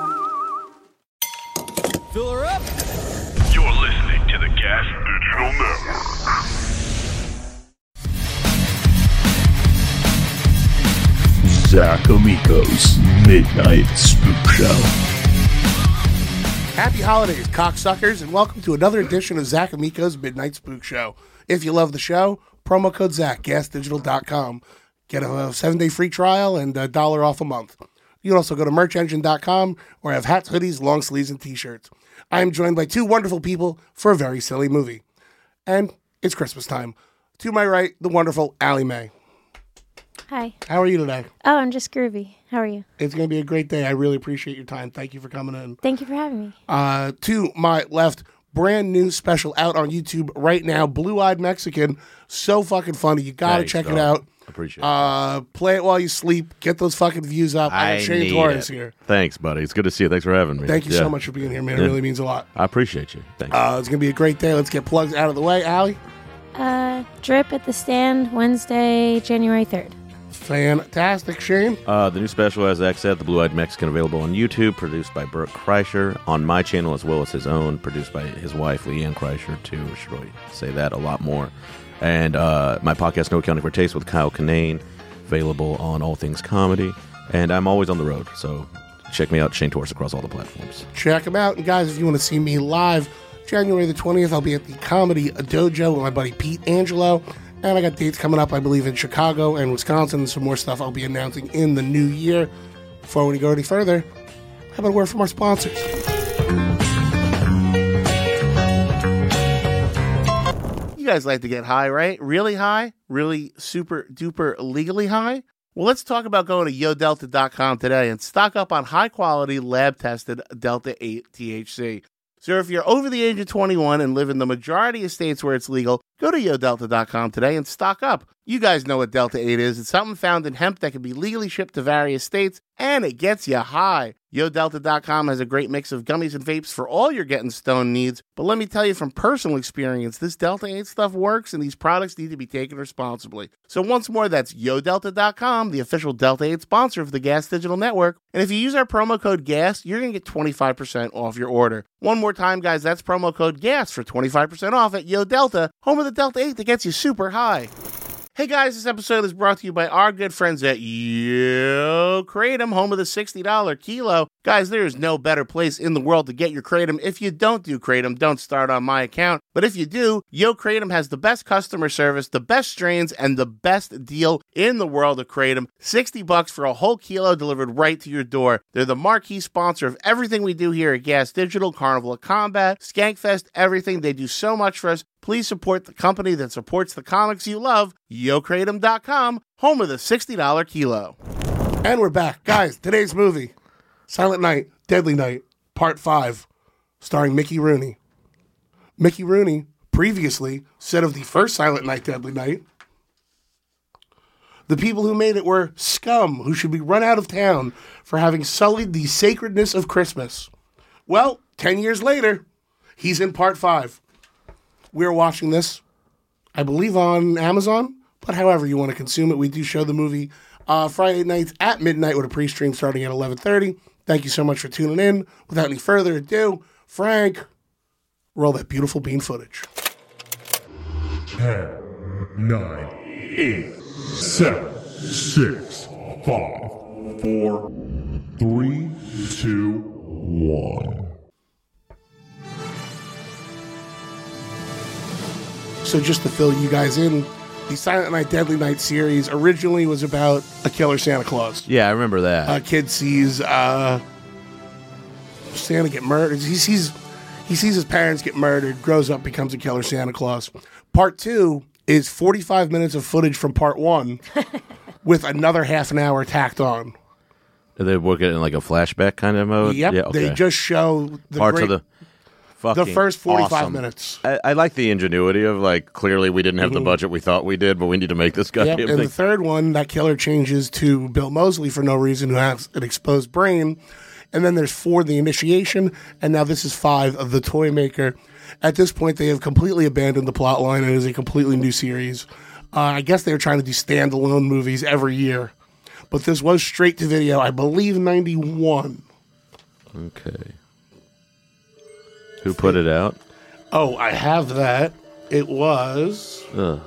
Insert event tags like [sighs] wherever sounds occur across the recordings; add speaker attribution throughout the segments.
Speaker 1: her up.
Speaker 2: You're listening to the Gas Digital Network.
Speaker 3: Zach Amico's Midnight Spook Show.
Speaker 4: Happy holidays, cocksuckers, and welcome to another edition of Zach Amico's Midnight Spook Show. If you love the show, promo code Zach, gasdigital.com. Get a seven day free trial and a dollar off a month. You can also go to merchengine.com or have hats, hoodies, long sleeves, and t shirts. I am joined by two wonderful people for a very silly movie. And it's Christmas time. To my right, the wonderful Allie Mae.
Speaker 5: Hi.
Speaker 4: How are you today?
Speaker 5: Oh, I'm just groovy. How are you?
Speaker 4: It's going to be a great day. I really appreciate your time. Thank you for coming in.
Speaker 5: Thank you for having me.
Speaker 4: Uh, to my left, brand new special out on YouTube right now. Blue Eyed Mexican, so fucking funny. You gotta
Speaker 6: Thanks,
Speaker 4: check it
Speaker 6: dog.
Speaker 4: out.
Speaker 6: Appreciate it.
Speaker 4: Uh, play it while you sleep. Get those fucking views up. I, got Shane
Speaker 6: need
Speaker 4: Torres
Speaker 6: it.
Speaker 4: here.
Speaker 6: Thanks, buddy. It's good to see you. Thanks for having me.
Speaker 4: Thank you
Speaker 6: Yeah.
Speaker 4: so much for being here, man. It
Speaker 6: Yeah.
Speaker 4: really means a lot.
Speaker 6: I appreciate you. Thanks.
Speaker 4: Uh, it's gonna be a great day. Let's get plugs out of the way, Allie.
Speaker 5: Uh, Drip at the Stand, Wednesday, January 3rd.
Speaker 4: Fantastic, Shane.
Speaker 6: Uh, the new special, as Zach said, The Blue Eyed Mexican, available on YouTube, produced by Brooke Kreischer, on my channel as well as his own, produced by his wife, Leanne Kreischer, too. We should really say that a lot more. And uh, my podcast, No Accounting for Taste, with Kyle Kinane, available on All Things Comedy. And I'm always on the road, so check me out, Shane Torres, across all the platforms.
Speaker 4: Check them out. And guys, if you want to see me live, January the 20th, I'll be at the Comedy Dojo with my buddy Pete Angelo. And I got dates coming up, I believe, in Chicago and Wisconsin. Some more stuff I'll be announcing in the new year. Before we go any further, how about a word from our sponsors? You guys like to get high, right? Really high? Really super duper legally high? Well, let's talk about going to yodelta.com today and stock up on high quality lab tested Delta 8 THC. So, if you're over the age of 21 and live in the majority of states where it's legal, go to yodelta.com today and stock up. You guys know what Delta 8 is it's something found in hemp that can be legally shipped to various states, and it gets you high. YoDelta.com has a great mix of gummies and vapes for all your getting stone needs. But let me tell you from personal experience, this Delta 8 stuff works and these products need to be taken responsibly. So once more, that's YoDelta.com, the official Delta 8 sponsor of the Gas Digital Network. And if you use our promo code GAS, you're going to get 25% off your order. One more time, guys, that's promo code GAS for 25% off at YoDelta, home of the Delta 8 that gets you super high. Hey guys, this episode is brought to you by our good friends at Yo Kratom, home of the $60 kilo. Guys, there is no better place in the world to get your Kratom. If you don't do Kratom, don't start on my account. But if you do, Yo Kratom has the best customer service, the best strains, and the best deal in the world of Kratom. 60 bucks for a whole kilo delivered right to your door. They're the marquee sponsor of everything we do here at Gas Digital, Carnival of Combat, Skankfest, everything. They do so much for us. Please support the company that supports the comics you love, YoKratom.com, home of the $60 kilo. And we're back. Guys, today's movie, Silent Night, Deadly Night, Part 5, starring Mickey Rooney. Mickey Rooney previously said of the first Silent Night, Deadly Night, the people who made it were scum who should be run out of town for having sullied the sacredness of Christmas. Well, 10 years later, he's in Part 5 we're watching this, I believe, on Amazon. But however you want to consume it, we do show the movie uh, Friday nights at midnight with a pre-stream starting at 11:30. Thank you so much for tuning in. Without any further ado, Frank, roll that beautiful bean footage.
Speaker 3: 10, 9, 8, 7, 6, 5, 4, 3, 2, 1.
Speaker 4: So just to fill you guys in, the Silent Night Deadly Night series originally was about a killer Santa Claus.
Speaker 6: Yeah, I remember that.
Speaker 4: a Uh, kid sees uh, Santa get murdered. He sees he sees his parents get murdered. Grows up, becomes a killer Santa Claus. Part two is forty five minutes of footage from part one, with another half an hour tacked on.
Speaker 6: they work it in like a flashback kind of mode?
Speaker 4: Yep,
Speaker 6: Uh, Yeah, okay.
Speaker 4: they just show the
Speaker 6: Parts
Speaker 4: great
Speaker 6: of the. fucking
Speaker 4: the first 45
Speaker 6: awesome.
Speaker 4: minutes.
Speaker 6: I, I like the ingenuity of like clearly we didn't have the budget we thought we did, but we need to make this goddamn
Speaker 4: Yep. And the
Speaker 6: thing.
Speaker 4: third one, that killer changes to Bill Mosley for no reason, who has an exposed brain. And then there's four, the initiation, and now this is five of the toy maker. At this point, they have completely abandoned the plot line. It is a completely new series. Uh, I guess they were trying to do standalone movies every year, but this was straight to video. I believe '91.
Speaker 6: okay. Who put it out?
Speaker 4: Oh, I have that. It was.
Speaker 6: Ugh.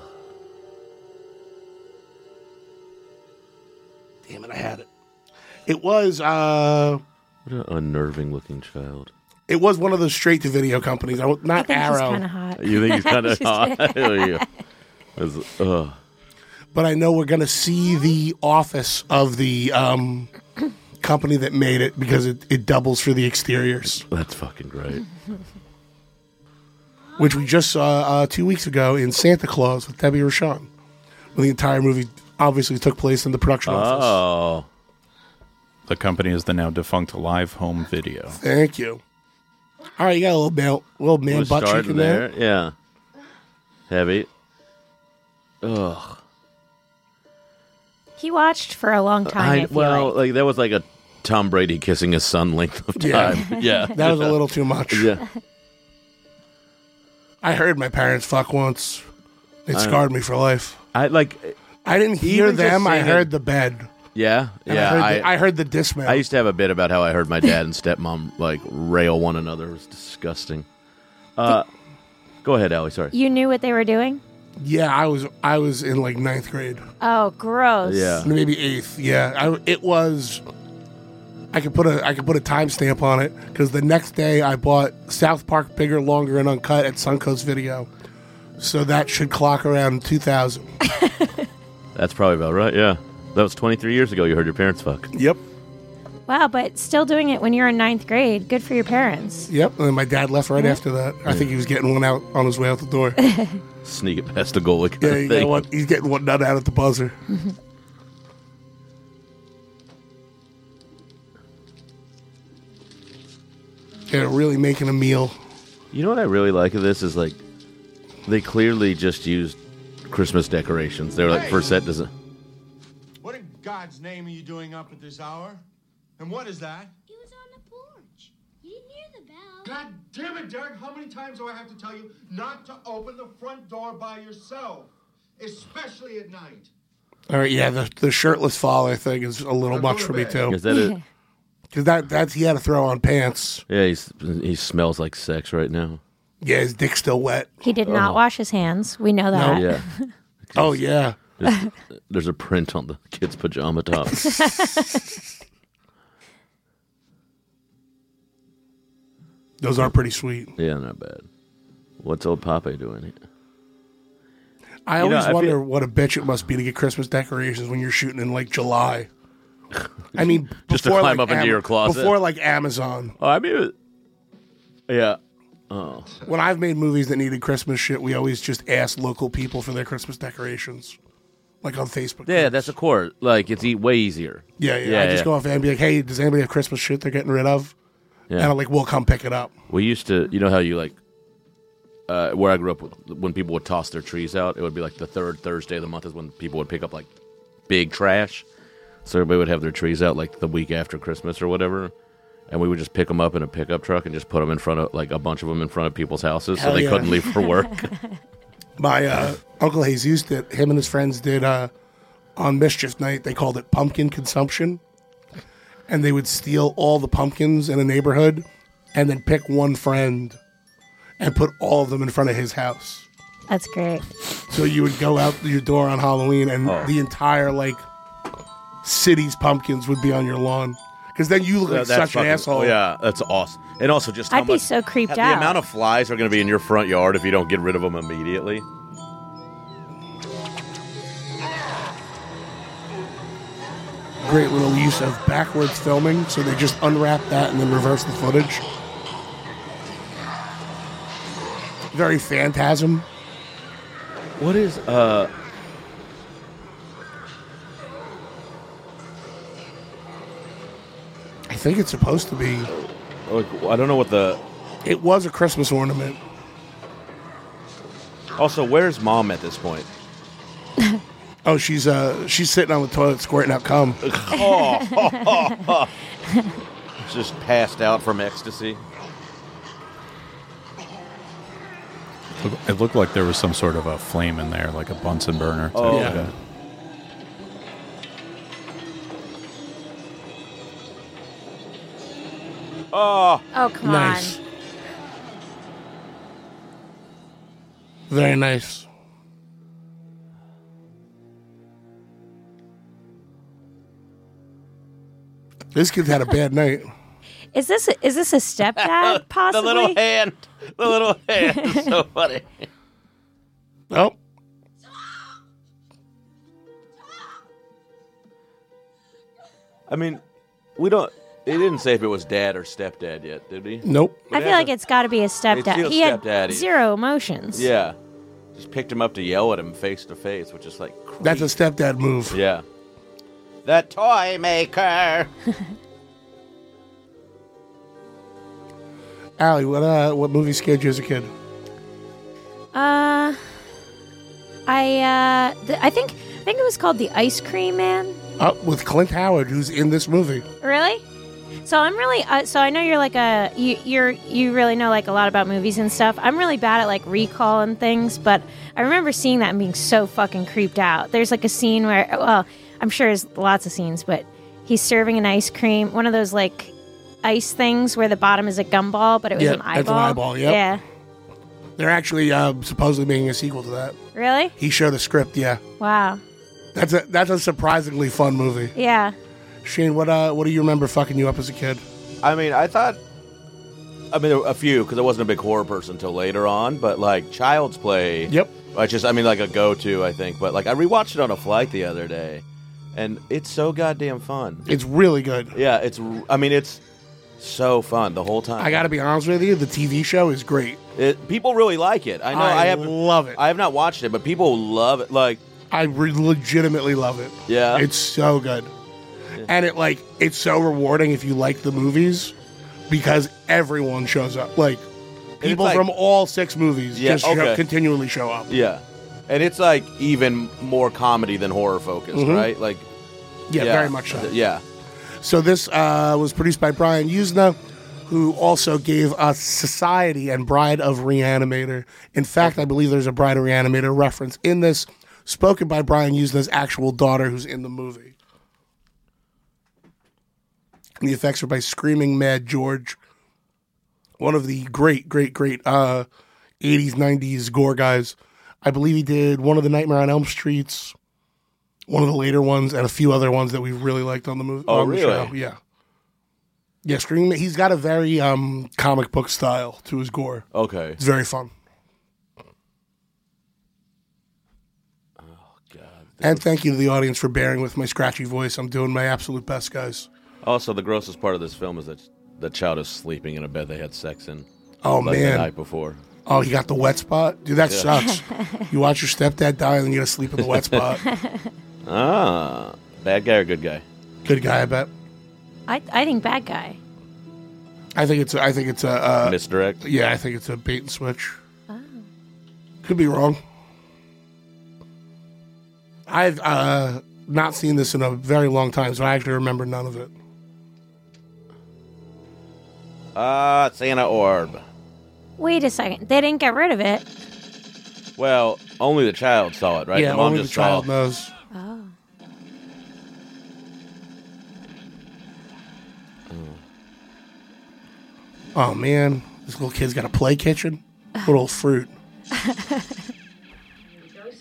Speaker 4: Damn it, I had it. It was. Uh,
Speaker 6: What an unnerving looking child.
Speaker 4: it was one of those straight to video companies. I, w-
Speaker 5: I
Speaker 4: not
Speaker 5: think she's
Speaker 4: Arrow.
Speaker 5: kind of hot.
Speaker 6: You think he's kind [laughs] of
Speaker 5: She's-
Speaker 6: hot? yeah. That's- ugh.
Speaker 4: but I know we're going to see the office of the um, company that made it because it, it doubles for the exteriors,
Speaker 6: That's fucking great.
Speaker 4: which we just saw uh, two weeks ago in Santa Claus with Debbie Rashawn. When the entire movie obviously took place in the production office.
Speaker 6: Oh.
Speaker 7: The company is the now defunct Live Home Video.
Speaker 4: Thank you. All right, you got a little, male, little man
Speaker 6: We're
Speaker 4: butt cheek
Speaker 6: starting
Speaker 4: in there.
Speaker 6: there. Yeah. Heavy. Ugh.
Speaker 5: He watched for a long time. I,
Speaker 6: I,
Speaker 5: feel
Speaker 6: well,
Speaker 5: like.
Speaker 6: like. that was like a Tom Brady kissing his son length of
Speaker 4: [laughs] Yeah.
Speaker 6: time. Yeah.
Speaker 4: That was a little too much.
Speaker 6: [laughs] yeah.
Speaker 4: [laughs] I heard my parents fuck once. It scarred me for life.
Speaker 6: I like.
Speaker 4: I didn't hear
Speaker 6: Even just
Speaker 4: them. I
Speaker 6: seeing
Speaker 4: heard
Speaker 6: it-
Speaker 4: the bed.
Speaker 6: Yeah.
Speaker 4: And
Speaker 6: Yeah.
Speaker 4: I heard,
Speaker 6: I,
Speaker 4: the, I heard the dismount.
Speaker 6: I used to have a bit about how I heard my dad and stepmom like rail one another. It was disgusting. Uh, go ahead, Allie. Sorry.
Speaker 5: you knew what they were doing.
Speaker 4: yeah, I was I was in like ninth grade.
Speaker 5: Oh, gross.
Speaker 6: Yeah.
Speaker 4: maybe eighth. Yeah, I, it was. I could put a I could put a timestamp on it because the next day I bought South Park bigger, longer, and uncut at Suncoast Video, so that should clock around 2000.
Speaker 6: That's probably about right. Yeah. That was 23 years ago you heard your parents fuck.
Speaker 4: Yep,
Speaker 5: Wow, but still doing it when you're in ninth grade. Good for your parents.
Speaker 4: yep. And then my dad left right after that. I think he was getting one out on his way out the door. yeah,
Speaker 6: Sneak it past the goal. Like
Speaker 4: you know what? He's getting one nut out at the buzzer. Yeah, really making a meal.
Speaker 6: You know what I really like of this is like they clearly just used Christmas decorations. They were like, first set doesn't.
Speaker 8: What in God's name are you doing up at this hour? And what is that?
Speaker 9: It was on the porch. You didn't hear the bell.
Speaker 8: God damn it, Derek! How many times do I have to tell you not to open the front door by yourself? Especially at night.
Speaker 4: All right, yeah, the, the shirtless father thing is a little
Speaker 8: I'm
Speaker 4: much
Speaker 8: going
Speaker 4: for me
Speaker 8: to bed.
Speaker 4: too.
Speaker 6: Is
Speaker 4: [laughs]
Speaker 6: that it?
Speaker 4: Because that that's he had to throw on pants.
Speaker 6: Yeah, he's, he smells like sex right now.
Speaker 4: Yeah, his dick's still wet.
Speaker 5: He did not wash his hands. We know that.
Speaker 6: Oh. Yeah.
Speaker 4: Oh yeah.
Speaker 6: There's a print on the kid's
Speaker 4: [laughs]
Speaker 6: pajama top.
Speaker 4: Those are pretty sweet.
Speaker 6: yeah, not bad. What's old Papa doing here?
Speaker 4: I
Speaker 6: You know,
Speaker 4: always
Speaker 6: I feel-
Speaker 4: wonder what a bitch it must be to get Christmas decorations when you're shooting in like July. I mean,
Speaker 6: [laughs] Just to
Speaker 4: before,
Speaker 6: climb
Speaker 4: like,
Speaker 6: up into your closet.
Speaker 4: before like Amazon.
Speaker 6: Oh, I mean, yeah.
Speaker 4: When I've made movies that needed Christmas shit, we always just asked local people for their Christmas decorations, like on Facebook.
Speaker 6: Yeah, that's a court. Like, it's e- way easier.
Speaker 4: yeah, yeah. I
Speaker 6: Yeah,
Speaker 4: just
Speaker 6: yeah.
Speaker 4: go off and be like, "Hey, does anybody have Christmas shit they're getting rid of?" And I'm like, "We'll come pick it up."
Speaker 6: We used to, you know how you like, uh, where I grew up, with, when people would toss their trees out, it would be like the third Thursday of the month is when people would pick up like big trash. So everybody would have their trees out like the week after Christmas or whatever. And we would just pick them up in a pickup truck and just put them in front of like a bunch of them in front of people's houses so
Speaker 4: Hell
Speaker 6: they
Speaker 4: yeah.
Speaker 6: couldn't leave for work.
Speaker 4: [laughs] My uh, uncle Jesus did. Him and his friends did uh, on mischief night. They called it pumpkin consumption, and they would steal all the pumpkins in a neighborhood, and then pick one friend, and put all of them in front of his house.
Speaker 5: That's great.
Speaker 4: So you would go out your door on Halloween, and
Speaker 6: Oh.
Speaker 4: the entire like city's pumpkins would be on your lawn. Because then you look like
Speaker 6: That's
Speaker 4: such
Speaker 6: fucking-
Speaker 4: an asshole.
Speaker 6: Yeah, that's awesome. And also just how
Speaker 5: I'd be
Speaker 6: much-
Speaker 5: so creeped
Speaker 6: the
Speaker 5: out.
Speaker 6: amount of flies are going to be in your front yard if you don't get rid of them immediately.
Speaker 4: Great little use of backwards filming. So they just unwrap that and then reverse the footage. Very phantasm.
Speaker 6: What is uh?
Speaker 4: I think it's supposed to be.
Speaker 6: Like, I don't know what the
Speaker 4: It was a Christmas ornament.
Speaker 6: Also, where's mom at this point?
Speaker 4: Oh, she's uh she's sitting on the toilet squirting out cum.
Speaker 6: Just passed out from ecstasy.
Speaker 10: Look- It looked like there was some sort of a flame in there, like a Bunsen burner. type
Speaker 6: Oh,
Speaker 10: of
Speaker 6: okay.
Speaker 10: thing.
Speaker 6: Oh,
Speaker 5: Oh, come
Speaker 4: Nice.
Speaker 5: on.
Speaker 4: Very nice. This kid had a bad night.
Speaker 5: Is this a, is this a stepdad
Speaker 6: [laughs] the
Speaker 5: possibly?
Speaker 6: little hand, the little hand,
Speaker 5: [laughs]
Speaker 6: is so funny.
Speaker 4: Oh,
Speaker 6: I mean, we don't. They didn't say if it was dad or stepdad yet, did he?
Speaker 4: nope.
Speaker 5: I feel like it's got to be a stepdad.
Speaker 6: feels
Speaker 5: he had
Speaker 6: stepdaddy.
Speaker 5: zero emotions.
Speaker 6: Yeah, just picked him up to yell at him face to face, which is like creep.
Speaker 4: That's a stepdad move.
Speaker 6: yeah. The toy maker.
Speaker 4: Allie, what uh, what movie scared you as a kid?
Speaker 5: Uh, I uh, th- I think I think it was called the Ice Cream Man.
Speaker 4: Uh, with Clint Howard, who's in this movie.
Speaker 5: Really? So I'm really uh, so I know you're like a you you're you really know like a lot about movies and stuff. I'm really bad at like recall and things, but I remember seeing that and being so fucking creeped out. There's like a scene where well, I'm sure there's lots of scenes, but he's serving an ice cream, one of those like ice things where the bottom is a gumball, but it was
Speaker 4: Yeah,
Speaker 5: an
Speaker 4: that's an
Speaker 5: eyeball.
Speaker 4: eyeball, yep.
Speaker 5: Yeah.
Speaker 4: They're actually uh, supposedly making a sequel to that.
Speaker 5: Really?
Speaker 4: He showed a script. Yeah,
Speaker 5: Wow.
Speaker 4: that's a that's a surprisingly fun movie.
Speaker 5: Yeah.
Speaker 4: Shane, what uh, what do you remember fucking you up as a kid?
Speaker 6: I mean, I thought. I mean, there were a few because I wasn't a big horror person until later on, but like Child's Play.
Speaker 4: Yep.
Speaker 6: I just, I mean, like a go-to, I think. But like, I rewatched it on a flight the other day, and it's so goddamn fun.
Speaker 4: It's really good.
Speaker 6: Yeah, it's. r- I mean, it's so fun the whole time.
Speaker 4: I gotta be honest with you, the TV show is great.
Speaker 6: It, people really like it. I know.
Speaker 4: I
Speaker 6: I, have
Speaker 4: love it.
Speaker 6: I have not watched it, but people love it. Like,
Speaker 4: I re- legitimately love it.
Speaker 6: yeah,
Speaker 4: It's so good. And it like it's so rewarding if you like the movies because everyone shows up. Like
Speaker 6: it's
Speaker 4: people
Speaker 6: like-
Speaker 4: from all six movies
Speaker 6: Yeah,
Speaker 4: just show,
Speaker 6: okay.
Speaker 4: continually show up.
Speaker 6: yeah, and it's like even more comedy than horror focused,
Speaker 4: Mhm.
Speaker 6: right? Like,
Speaker 4: Yeah, very much so.
Speaker 6: Th- Yeah,
Speaker 4: So this uh, was produced by Brian Usna, who also gave us Society and Bride of Reanimator. In fact, I believe there's a Bride of Reanimator reference in this, spoken by Brian Usna's actual daughter, who's in the movie. The effects are by Screaming Mad George, one of the great, great, great uh, 80s, 90s gore guys. I believe he did one of the Nightmare on Elm Streets, one of the later ones, and a few other ones that we really liked on the movie.
Speaker 6: Oh,
Speaker 4: on the
Speaker 6: really?
Speaker 4: show. Yeah. Yeah, Screaming. He's got a very um, comic book style to his gore.
Speaker 6: okay.
Speaker 4: It's very fun.
Speaker 6: Oh,
Speaker 4: And thank you to the audience for bearing with my scratchy voice. I'm doing my absolute best, guys.
Speaker 6: Also, the grossest part of this film is that the child is sleeping in a bed they had sex in.
Speaker 4: Oh,
Speaker 6: like the
Speaker 4: man.
Speaker 6: night before.
Speaker 4: Oh, you got the wet spot? Dude, that sucks. you watch your stepdad die and then you gotta sleep in the wet spot.
Speaker 6: Ah, bad guy or good guy?
Speaker 4: Good guy, I bet.
Speaker 5: I I think bad guy.
Speaker 4: I think it's a, I think it's a uh,
Speaker 6: Misdirect.
Speaker 4: yeah, I think it's a bait and switch.
Speaker 5: Oh.
Speaker 4: Could be wrong. I've uh, not seen this in a very long time, so I actually remember none of it.
Speaker 6: Ah, Santa orb.
Speaker 5: Wait a second. They didn't get rid of it.
Speaker 6: Well, only the child saw it, right?
Speaker 4: Yeah,
Speaker 6: the mom
Speaker 4: only
Speaker 6: just
Speaker 4: the child
Speaker 6: saw.
Speaker 4: knows.
Speaker 5: Oh.
Speaker 4: Oh man, this little kid's got a play kitchen. What old fruit?
Speaker 7: Go,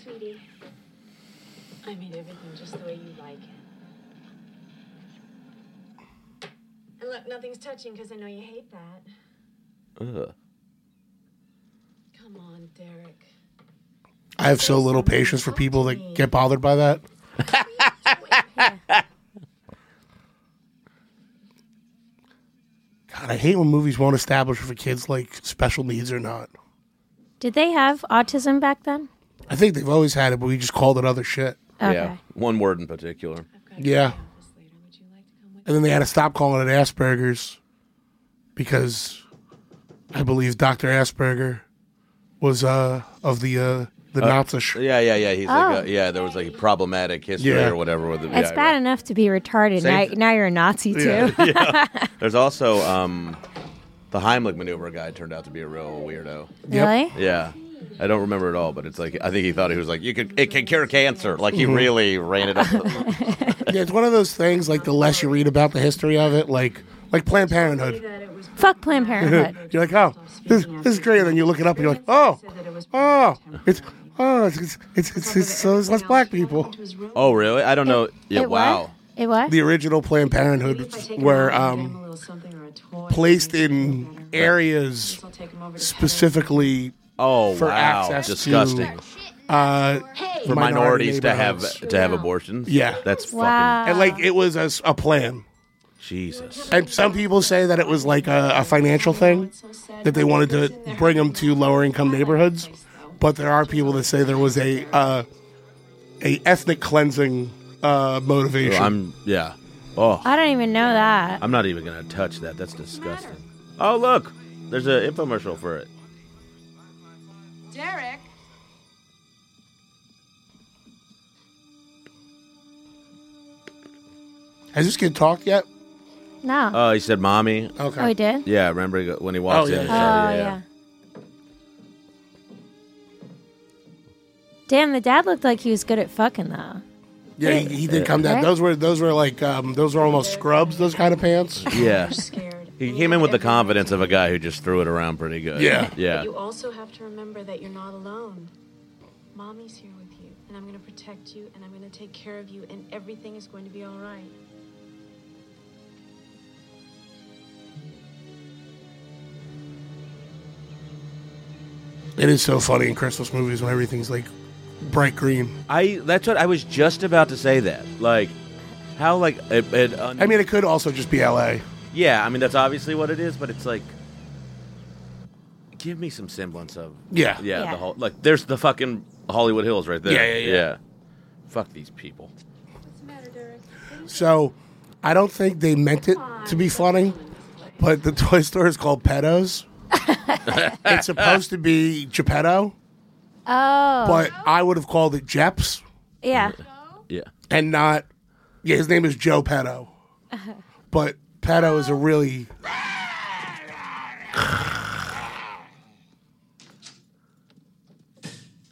Speaker 7: sweetie. I mean everything just the way you like it. And look, nothing's touching because I know you hate that.
Speaker 6: Ugh.
Speaker 7: Come on, Derek.
Speaker 4: I have so little patience for people that get bothered by
Speaker 6: [laughs]
Speaker 4: that. God, I hate when movies won't establish if a kid's like special needs or not.
Speaker 5: Did they have autism back then?
Speaker 4: I think they've always had it, but we just called it other shit.
Speaker 5: Okay.
Speaker 6: Yeah, one word in particular.
Speaker 4: Yeah. And then they had to stop calling it Asperger's because I believe Dr. Asperger was uh, of the uh, the
Speaker 6: Uh,
Speaker 4: Nazi. Sh-
Speaker 6: yeah, yeah, yeah. He's like,
Speaker 5: Oh.
Speaker 6: a, yeah, there was like a problematic history
Speaker 4: Yeah.
Speaker 6: or whatever. With the,
Speaker 5: It's
Speaker 6: yeah,
Speaker 5: bad enough to be retarded. Now,
Speaker 6: Same-
Speaker 5: now you're a Nazi too.
Speaker 6: Yeah.
Speaker 5: [laughs]
Speaker 6: Yeah. There's also um, the Heimlich maneuver guy turned out to be a real weirdo.
Speaker 5: Yep. Really?
Speaker 6: Yeah. I don't remember at all, but it's like I think he thought he was like you could it can cure cancer. Like he
Speaker 4: Mhm.
Speaker 6: really ran it up.
Speaker 4: [laughs] yeah, it's one of those things. Like the less you read about the history of it, like like Planned Parenthood.
Speaker 5: Fuck
Speaker 6: [laughs]
Speaker 5: Planned Parenthood.
Speaker 4: you're like, oh, this, this is great, and then you look it up, and you're like, oh, oh, it's oh, it's it's it's, it's, it's, so it's less black people.
Speaker 6: oh really? I don't know. Yeah.
Speaker 4: it what?
Speaker 6: wow.
Speaker 5: It what?
Speaker 4: The original Planned Parenthood were um, placed in areas specifically
Speaker 6: Oh
Speaker 4: for
Speaker 6: wow.
Speaker 4: access to,
Speaker 6: Disgusting.
Speaker 4: uh,
Speaker 6: for minorities to have
Speaker 4: neighborhoods.
Speaker 6: to have abortions.
Speaker 4: Yeah,
Speaker 6: That's fucking
Speaker 4: and like it was a, s- a plan.
Speaker 6: Jesus.
Speaker 4: And some people say that it was like a, a financial thing that they wanted to bring them to lower income neighborhoods, but there are people that say there was a uh, a ethnic cleansing uh, motivation.
Speaker 6: I'm yeah. Oh,
Speaker 5: I don't even know that.
Speaker 6: I'm not even gonna touch that. That's disgusting. Oh look, there's an infomercial for it.
Speaker 11: Derek.
Speaker 4: Has this kid talked yet?
Speaker 5: No.
Speaker 6: Oh, he said, "Mommy."
Speaker 4: Okay.
Speaker 5: Oh, he did?
Speaker 6: Yeah, remember he go- when he walks
Speaker 4: Oh, yeah,
Speaker 6: in?
Speaker 5: Oh yeah. Damn, the dad looked like he was good at fucking though.
Speaker 4: Yeah, he, he did come down.
Speaker 5: Right?
Speaker 4: Those were those were like um, those were almost scrubs. Those kind of pants.
Speaker 6: yeah. He came in with the confidence of a guy who just threw it around pretty good.
Speaker 4: Yeah.
Speaker 6: yeah.
Speaker 11: But you also have to remember that you're not alone. Mommy's here with you, and I'm going to protect you, and I'm going to take care of you, and everything is going to be all right.
Speaker 4: It is so funny in Christmas movies when everything's like bright green.
Speaker 6: I that's what I was just about to say. That like how like it. it um,
Speaker 4: I mean, it could also just be L.A.
Speaker 6: yeah, I mean that's obviously what it is, but it's like. Give me some semblance of
Speaker 4: Yeah.
Speaker 6: yeah,
Speaker 4: Yeah.
Speaker 6: the whole like there's the fucking Hollywood Hills right there
Speaker 4: Yeah, yeah, yeah.
Speaker 6: fuck these people
Speaker 4: So I don't think they meant it to be funny, but the [laughs] toy store is called Pedos. it's supposed to be Geppetto,
Speaker 5: Oh.
Speaker 4: but I would have called it Jeps
Speaker 5: yeah.
Speaker 6: yeah
Speaker 4: and not. Yeah, his name is Joe Petto, but Petto is a really.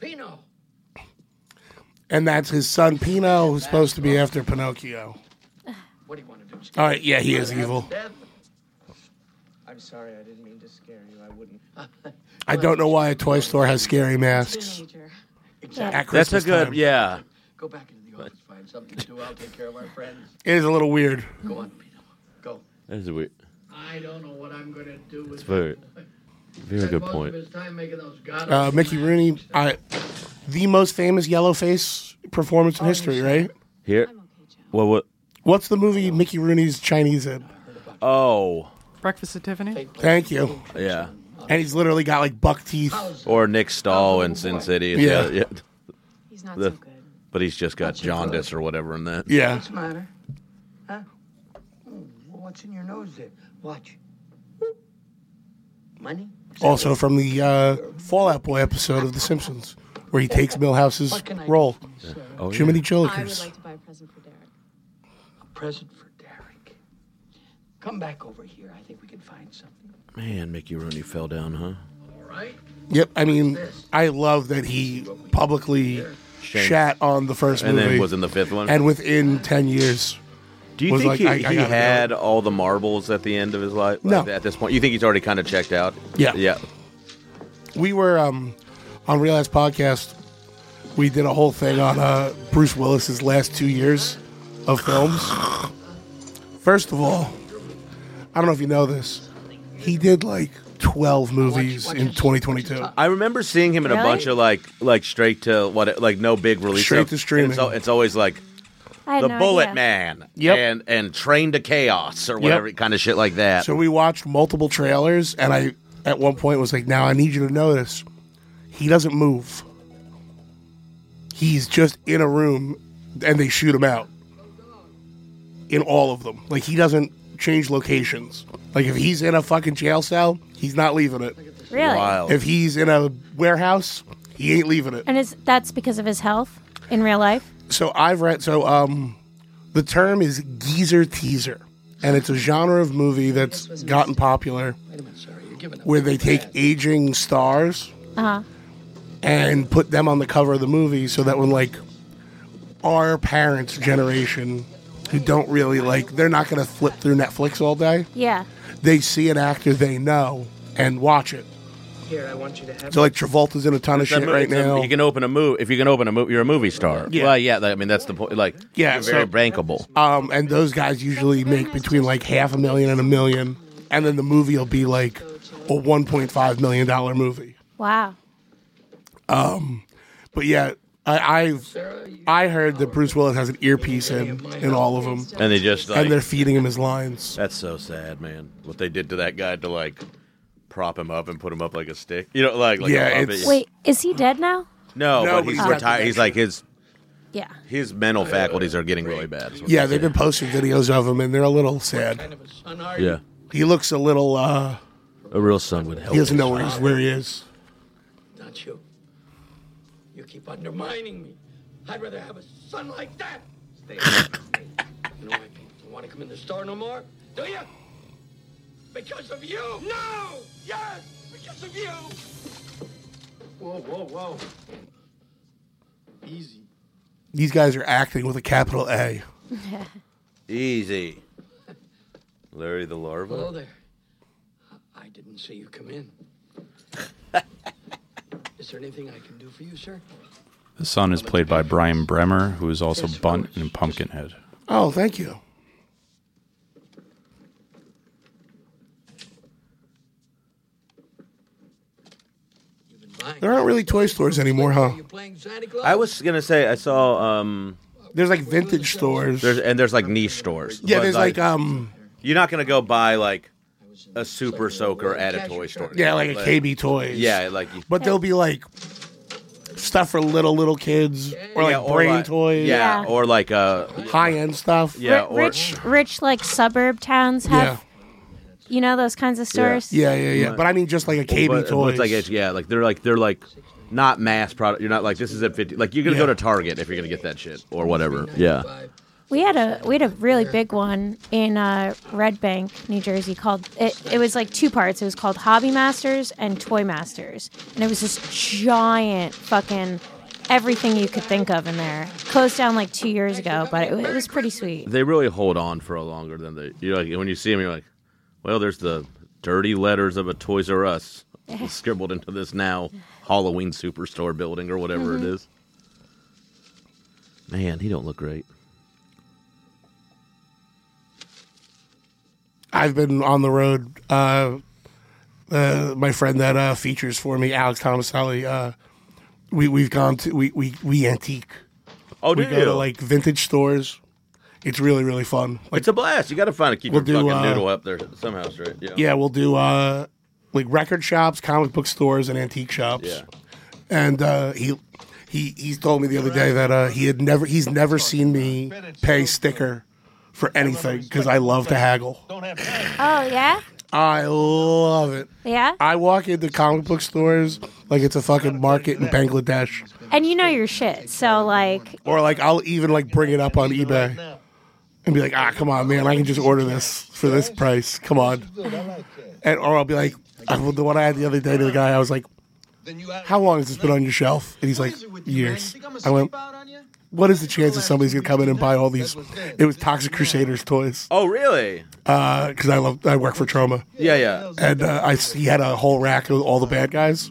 Speaker 7: Pino.
Speaker 4: And that's his son Pino, who's supposed to be after Pinocchio.
Speaker 7: What do you want to do?
Speaker 4: All right, yeah, he is evil.
Speaker 7: I'm sorry, I didn't mean to scare you. I wouldn't.
Speaker 4: I don't know why a toy store has scary masks. At
Speaker 6: that's a
Speaker 4: Christmas
Speaker 6: good
Speaker 4: time.
Speaker 6: yeah
Speaker 7: Go back into the office, find something to do. I'll take care of our friends.
Speaker 4: It is a little weird.
Speaker 7: Go on, Pino. Go.
Speaker 6: that's a weird
Speaker 7: I don't know what I'm going to do with
Speaker 6: that's very very good point
Speaker 4: Uh, Mickey Rooney, I, the most famous yellow face performance in history, right?
Speaker 6: Here. What? What?
Speaker 4: What's the movie Mickey Rooney's Chinese in?
Speaker 6: Oh.
Speaker 12: Breakfast at Tiffany.
Speaker 4: Thank you.
Speaker 6: Yeah.
Speaker 4: And he's literally got like buck teeth.
Speaker 6: Or Nick Stahl in Sin City. It's
Speaker 4: Yeah.
Speaker 6: the-
Speaker 11: He's not
Speaker 6: The-
Speaker 11: so good.
Speaker 6: But he's just got jaundice or whatever in that.
Speaker 4: Yeah.
Speaker 7: What's the matter? Huh? Oh, What's in your nose there? Watch. Money?
Speaker 4: Also from the uh, Fallout Boy episode of The Simpsons, where he takes Millhouse's role.
Speaker 6: Oh,
Speaker 4: Too many
Speaker 11: I would
Speaker 4: Chillikers.
Speaker 11: like to buy a present for Derek.
Speaker 7: A present for Derek. Come back over here. I think we can find something.
Speaker 6: Man, Mickey Rooney fell down, huh?
Speaker 7: All right?
Speaker 4: Yep. I mean, I love that he publicly
Speaker 6: Shame.
Speaker 4: shat on the first
Speaker 6: And
Speaker 4: movie.
Speaker 6: then was in the fifth one?
Speaker 4: And within 10 years.
Speaker 6: Do you
Speaker 4: was
Speaker 6: think
Speaker 4: like,
Speaker 6: he,
Speaker 4: I- I
Speaker 6: he
Speaker 4: gotta go.
Speaker 6: had all the marbles at the end of his life?
Speaker 4: No.
Speaker 6: Like, at this point, you think he's already kind of checked out?
Speaker 4: Yeah.
Speaker 6: Yeah.
Speaker 4: we were um, on Real Ass Podcast. We did a whole thing on uh, Bruce Willis's last two years of films. First of all, I don't know if you know this. He did like 12 movies in 2022.
Speaker 6: I remember seeing him in a
Speaker 4: Really?
Speaker 6: bunch of like, like straight to what, like no big release.
Speaker 4: Straight
Speaker 6: of-
Speaker 4: to streaming.
Speaker 6: It's, al- it's always like
Speaker 5: I had
Speaker 6: the
Speaker 5: no
Speaker 6: Bullet
Speaker 5: idea.
Speaker 6: Man. And and Train to Chaos or
Speaker 4: Yep.
Speaker 6: whatever kind of shit like that.
Speaker 4: So we watched multiple trailers, and I at one point was like, "Now I need you to notice, he doesn't move. He's just in a room, and they shoot him out in all of them. Like he doesn't change locations. Like if he's in a fucking jail cell, he's not leaving it.
Speaker 5: Really? Wild.
Speaker 4: If he's in a warehouse, he ain't leaving it.
Speaker 5: And is that's because of his health in real life?
Speaker 4: So I've read. So um, the term is geezer teaser, and it's a genre of movie that's gotten popular, where they take aging stars
Speaker 5: Uh huh.
Speaker 4: and put them on the cover of the movie, so that when like our parents' generation, who don't really like, they're not gonna flip through Netflix all day.
Speaker 5: Yeah.
Speaker 4: They see an actor they know and watch it.
Speaker 7: Here, I want you to have.
Speaker 4: So like Travolta's in a ton of
Speaker 6: That
Speaker 4: shit
Speaker 6: mo-
Speaker 4: right
Speaker 6: it's a-
Speaker 4: now.
Speaker 6: You can open a movie if you can open a movie. You're a movie star.
Speaker 4: Yeah.
Speaker 6: Well, yeah. that- I mean, that's the point. Like,
Speaker 4: Yeah,
Speaker 6: you're very
Speaker 4: so-
Speaker 6: bankable.
Speaker 4: Um, and those guys usually make between like half a million and a million, and then the movie will be like a one point five million dollar movie.
Speaker 5: Wow.
Speaker 4: Um, but yeah, I, I've I heard that Bruce Willis has an earpiece in in all of them,
Speaker 6: And they just like,
Speaker 4: and they're feeding him his lines.
Speaker 6: That's so sad, man. What they did to that guy to like prop him up and put him up like a stick. You know, like, like a
Speaker 4: Yeah,
Speaker 6: puppet.
Speaker 4: it's-
Speaker 5: Wait, is he dead now?
Speaker 6: No,
Speaker 4: No,
Speaker 6: but
Speaker 4: but
Speaker 6: he's
Speaker 4: he's got
Speaker 6: retired. He's like his
Speaker 5: Yeah.
Speaker 6: his mental faculties are getting really bad. is what
Speaker 4: Yeah,
Speaker 6: they
Speaker 4: they've
Speaker 6: say.
Speaker 4: been posting videos of him, and they're a little sad.
Speaker 6: Yeah,
Speaker 4: He looks a little. uh
Speaker 6: a real son would help.
Speaker 4: He doesn't
Speaker 6: his
Speaker 4: know where, he's,
Speaker 6: child.
Speaker 4: where he is.
Speaker 7: Not you. You keep undermining me. I'd rather have a son like that. Stay away. you know why people don't want to come in the store no more? Do you? Because of you. No. Yes. Because of you. Whoa, whoa, whoa. Easy.
Speaker 4: These guys are acting with a capital A.
Speaker 6: Easy. Larry the
Speaker 7: Hello
Speaker 6: larva.
Speaker 7: there. I didn't see you come in. Is there anything I can do for you, sir?
Speaker 13: The son is played by Brian Bremer, who is also Bunt in Pumpkinhead.
Speaker 4: Oh, thank you. There aren't really toy stores anymore, huh?
Speaker 6: I was gonna say I saw um
Speaker 4: There's like vintage stores.
Speaker 6: there's and there's like niche stores.
Speaker 4: Yeah,
Speaker 6: But,
Speaker 4: there's like um
Speaker 6: You're not gonna go buy like a super soaker at a toy store.
Speaker 4: yeah, like a KB Toys.
Speaker 6: Yeah, like you-
Speaker 4: But there'll be like stuff for little little kids or like
Speaker 6: Yeah, or
Speaker 4: brain
Speaker 6: like-
Speaker 4: toys.
Speaker 6: Yeah,
Speaker 5: Yeah.
Speaker 6: or like uh
Speaker 4: High end stuff.
Speaker 6: yeah,
Speaker 5: Ri-
Speaker 6: or
Speaker 5: rich, rich, like suburb towns have, you know, those kinds of stores.
Speaker 4: Yeah, yeah, yeah. But I mean just like a KB
Speaker 6: but, but
Speaker 4: Toys.
Speaker 6: it's like it's, yeah, like they're like they're like not mass product. You're not like this is at 50 like you're going to
Speaker 4: Yeah.
Speaker 6: go to Target if you're going to get that shit or whatever. Yeah.
Speaker 5: We had a we had a really big one in uh, Red Bank, New Jersey. Called it. It was like two parts. It was called Hobby Masters and Toy Masters, and it was this giant fucking everything you could think of in there. Closed down like two years ago, but it, wa- it was pretty sweet.
Speaker 6: They really hold on for a longer than they you are like when you see them you're like, well, there's the dirty letters of a Toys R Us [laughs] scribbled into this now Halloween superstore building or whatever it
Speaker 5: Mhm.
Speaker 6: is. Man, he don't look great.
Speaker 4: I've been on the road. Uh, uh, my friend that uh, features for me, Alex Thomaselli, uh, we we've gone to we we, we antique.
Speaker 6: Oh,
Speaker 4: we
Speaker 6: do
Speaker 4: go
Speaker 6: you?
Speaker 4: to like vintage stores. It's really really fun. Like
Speaker 6: it's a blast. You got to find a keep
Speaker 4: We'll
Speaker 6: your
Speaker 4: do,
Speaker 6: fucking
Speaker 4: uh,
Speaker 6: noodle up there somehow, right?
Speaker 4: yeah, we'll do uh, like record shops, comic book stores, and antique shops.
Speaker 6: Yeah.
Speaker 4: And uh, he he he told me the other day that uh, he had never he's never seen me pay sticker for anything because I love to haggle.
Speaker 5: Oh yeah,
Speaker 4: I love it.
Speaker 5: yeah.
Speaker 4: I walk into comic book stores like it's a fucking market in Bangladesh,
Speaker 5: And you know your shit, so like
Speaker 4: or like I'll even like bring it up on eBay and be like, ah, come on, man, I can just order this for this price. Come on, and or I'll be like, I, the one I had the other day to the guy, I was like, how long has this been on your shelf? And he's like, years. I went, what is the chance that somebody's gonna come in and buy all these? It was Toxic Crusaders toys.
Speaker 6: Oh, really?
Speaker 4: Because I love, I work for Trauma.
Speaker 6: Yeah, yeah.
Speaker 4: and uh, I he had a whole rack of all the bad guys,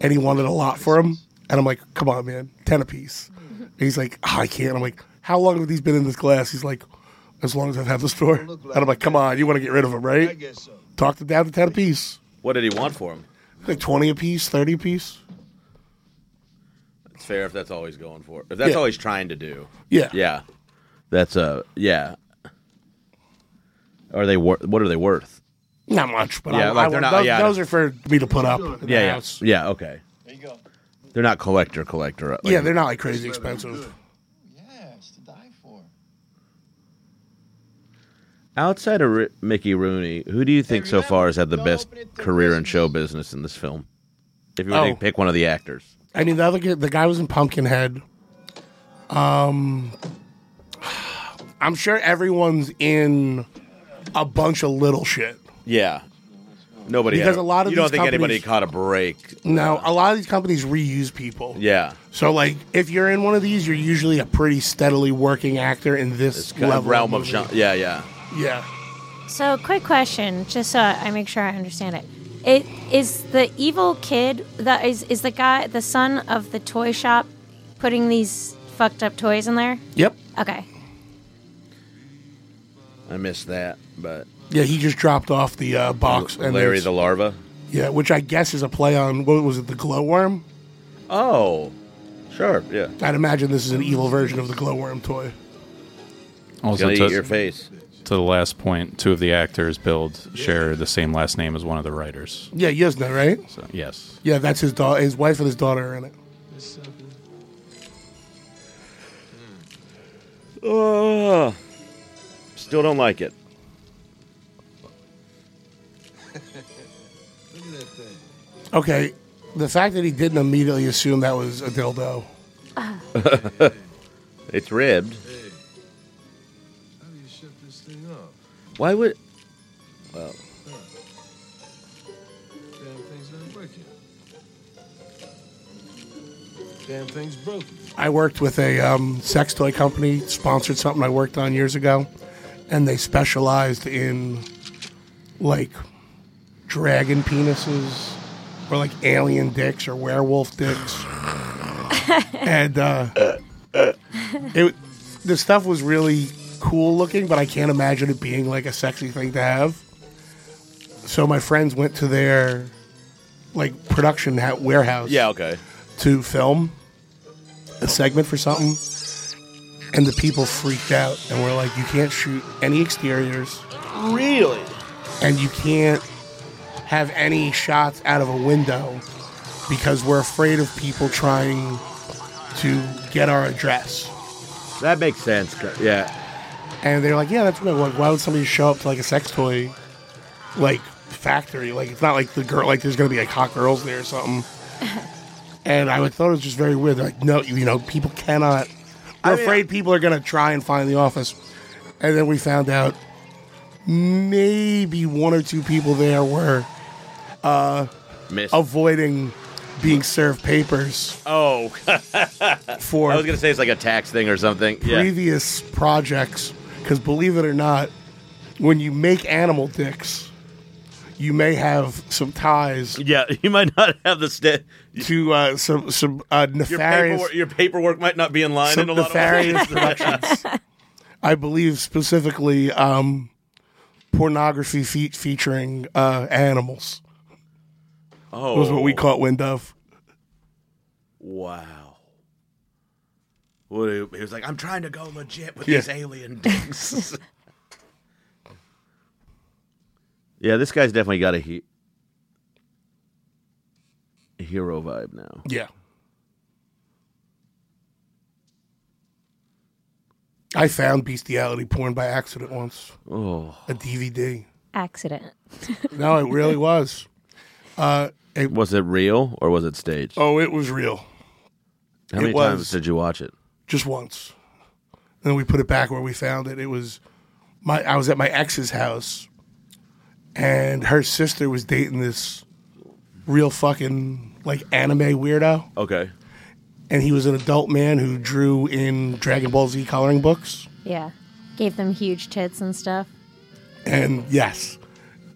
Speaker 4: and he wanted a lot for him. And I'm like, come on, man, ten apiece. And he's like, "Ah, I can't. I'm like, how long have these been in this glass? He's like, as long as I've had the store. And I'm like, come on, you want to get rid of them, right? Talked it down to ten apiece,
Speaker 6: What did he want for him?
Speaker 4: like twenty apiece, thirty apiece.
Speaker 6: It's fair if that's all he's going for. If that's
Speaker 4: Yeah.
Speaker 6: all he's trying to do.
Speaker 4: Yeah.
Speaker 6: Yeah. That's uh yeah. Are they wor- what are they worth?
Speaker 4: Not much, but
Speaker 6: Yeah,
Speaker 4: I,
Speaker 6: like
Speaker 4: I
Speaker 6: they're
Speaker 4: want-
Speaker 6: not-
Speaker 4: those,
Speaker 6: yeah.
Speaker 4: those are for me to put up. in the
Speaker 6: yeah, yeah.
Speaker 4: house.
Speaker 6: Yeah, okay. There you go. They're not collector collector. Like,
Speaker 4: yeah, they're not like crazy expensive.
Speaker 6: Outside of R- Mickey Rooney, who do you think so far has had the best career in show business in this film? If you were
Speaker 4: Oh.
Speaker 6: to pick one of the actors,
Speaker 4: I mean, the other guy, the guy was in Pumpkinhead. Um, I'm sure everyone's in a bunch of little shit.
Speaker 6: yeah, nobody.
Speaker 4: Because
Speaker 6: had-
Speaker 4: a lot of
Speaker 6: you don't
Speaker 4: these
Speaker 6: think anybody
Speaker 4: companies-
Speaker 6: caught a break.
Speaker 4: Now, a lot of these companies reuse people.
Speaker 6: Yeah,
Speaker 4: So, like, if you're in one of these, you're usually a pretty steadily working actor in this
Speaker 6: it's kind
Speaker 4: level
Speaker 6: of realm of
Speaker 4: movie.
Speaker 6: genre. Yeah, yeah.
Speaker 4: Yeah.
Speaker 5: So, quick question, just so I make sure I understand it. It is the evil kid that is is the guy, the son of the toy shop, putting these fucked up toys in there.
Speaker 4: Yep.
Speaker 5: Okay.
Speaker 6: I missed that, but
Speaker 4: Yeah, he just dropped off the uh, box. and
Speaker 6: Larry
Speaker 4: it's-
Speaker 6: the Larva.
Speaker 4: Yeah, which I guess is a play on what was it, the glowworm?
Speaker 6: Oh, sure, yeah.
Speaker 4: I'd imagine this is an evil version of the glowworm toy.
Speaker 6: Also gonna eat your face.
Speaker 13: To the last point, two of the actors build share the same last name as one of the writers.
Speaker 4: Yeah, Yuzna, right?
Speaker 13: So, yes.
Speaker 4: Yeah, that's his daughter. His wife and his daughter are in it.
Speaker 6: Ugh. still don't like it.
Speaker 4: Okay, the fact that he didn't immediately assume that was a dildo.
Speaker 6: it's ribbed. Why would? Well,
Speaker 12: Damn thing's not working. Damn thing's broken.
Speaker 4: I worked with a um, sex toy company, sponsored something I worked on years ago, and they specialized in like dragon penises or like alien dicks or werewolf dicks. and uh, it, the stuff was really cool looking, but I can't imagine it being like a sexy thing to have. So my friends went to their like production ha- warehouse
Speaker 6: yeah, okay.
Speaker 4: to film a segment for something, and the people freaked out and were like, "You can't shoot any exteriors,
Speaker 8: Really?
Speaker 4: and you can't have any shots out of a window because we're afraid of people trying to get our address."
Speaker 6: That makes sense. 'cause- Yeah,
Speaker 4: And they're like, "Yeah, that's weird. Like, why would somebody show up to like a sex toy, like factory? Like, it's not like the girl. Like, there's gonna be like hot girls there or
Speaker 6: [laughs]
Speaker 4: something." And I would thought it was just very weird. They're like, no, you, you know, people cannot. We're afraid people are gonna try and find the office. And then we found out maybe one or two people there were uh,
Speaker 6: miss.
Speaker 4: avoiding being served papers.
Speaker 6: Oh,
Speaker 4: for
Speaker 6: [laughs] I was gonna say it's like a tax thing or something. Yeah,
Speaker 4: previous projects because believe it or not when you make animal dicks you may have some ties
Speaker 6: yeah. [laughs] You might not have the st-
Speaker 4: to uh, some some uh,
Speaker 6: your
Speaker 4: nefarious
Speaker 6: paperwork. Your paperwork might not be in line
Speaker 4: some
Speaker 6: in a lot
Speaker 4: nefarious
Speaker 6: [laughs] of ways.
Speaker 4: productions i believe specifically um, pornography fe- featuring uh, animals
Speaker 6: oh,
Speaker 4: was what we caught wind of
Speaker 6: Wow. What he, he was like, I'm trying to go legit with
Speaker 4: Yeah.
Speaker 6: these alien
Speaker 4: [laughs]
Speaker 6: dicks. yeah, this guy's definitely got a he- hero vibe now.
Speaker 4: yeah i found bestiality porn by accident once
Speaker 6: Oh,
Speaker 4: a dvd
Speaker 5: Accident.
Speaker 4: No, it really was. Uh, it,
Speaker 6: was it real or was it staged?
Speaker 4: oh, it was real.
Speaker 6: How
Speaker 4: it
Speaker 6: many
Speaker 4: was.
Speaker 6: times did you watch it?
Speaker 4: Just once. And then we put it back where we found it. It was my I was at my ex's house and her sister was dating this real fucking like anime weirdo.
Speaker 6: Okay.
Speaker 4: And he was an adult man who drew in Dragon Ball Z coloring books.
Speaker 5: Yeah. Gave them huge tits and stuff.
Speaker 4: And yes.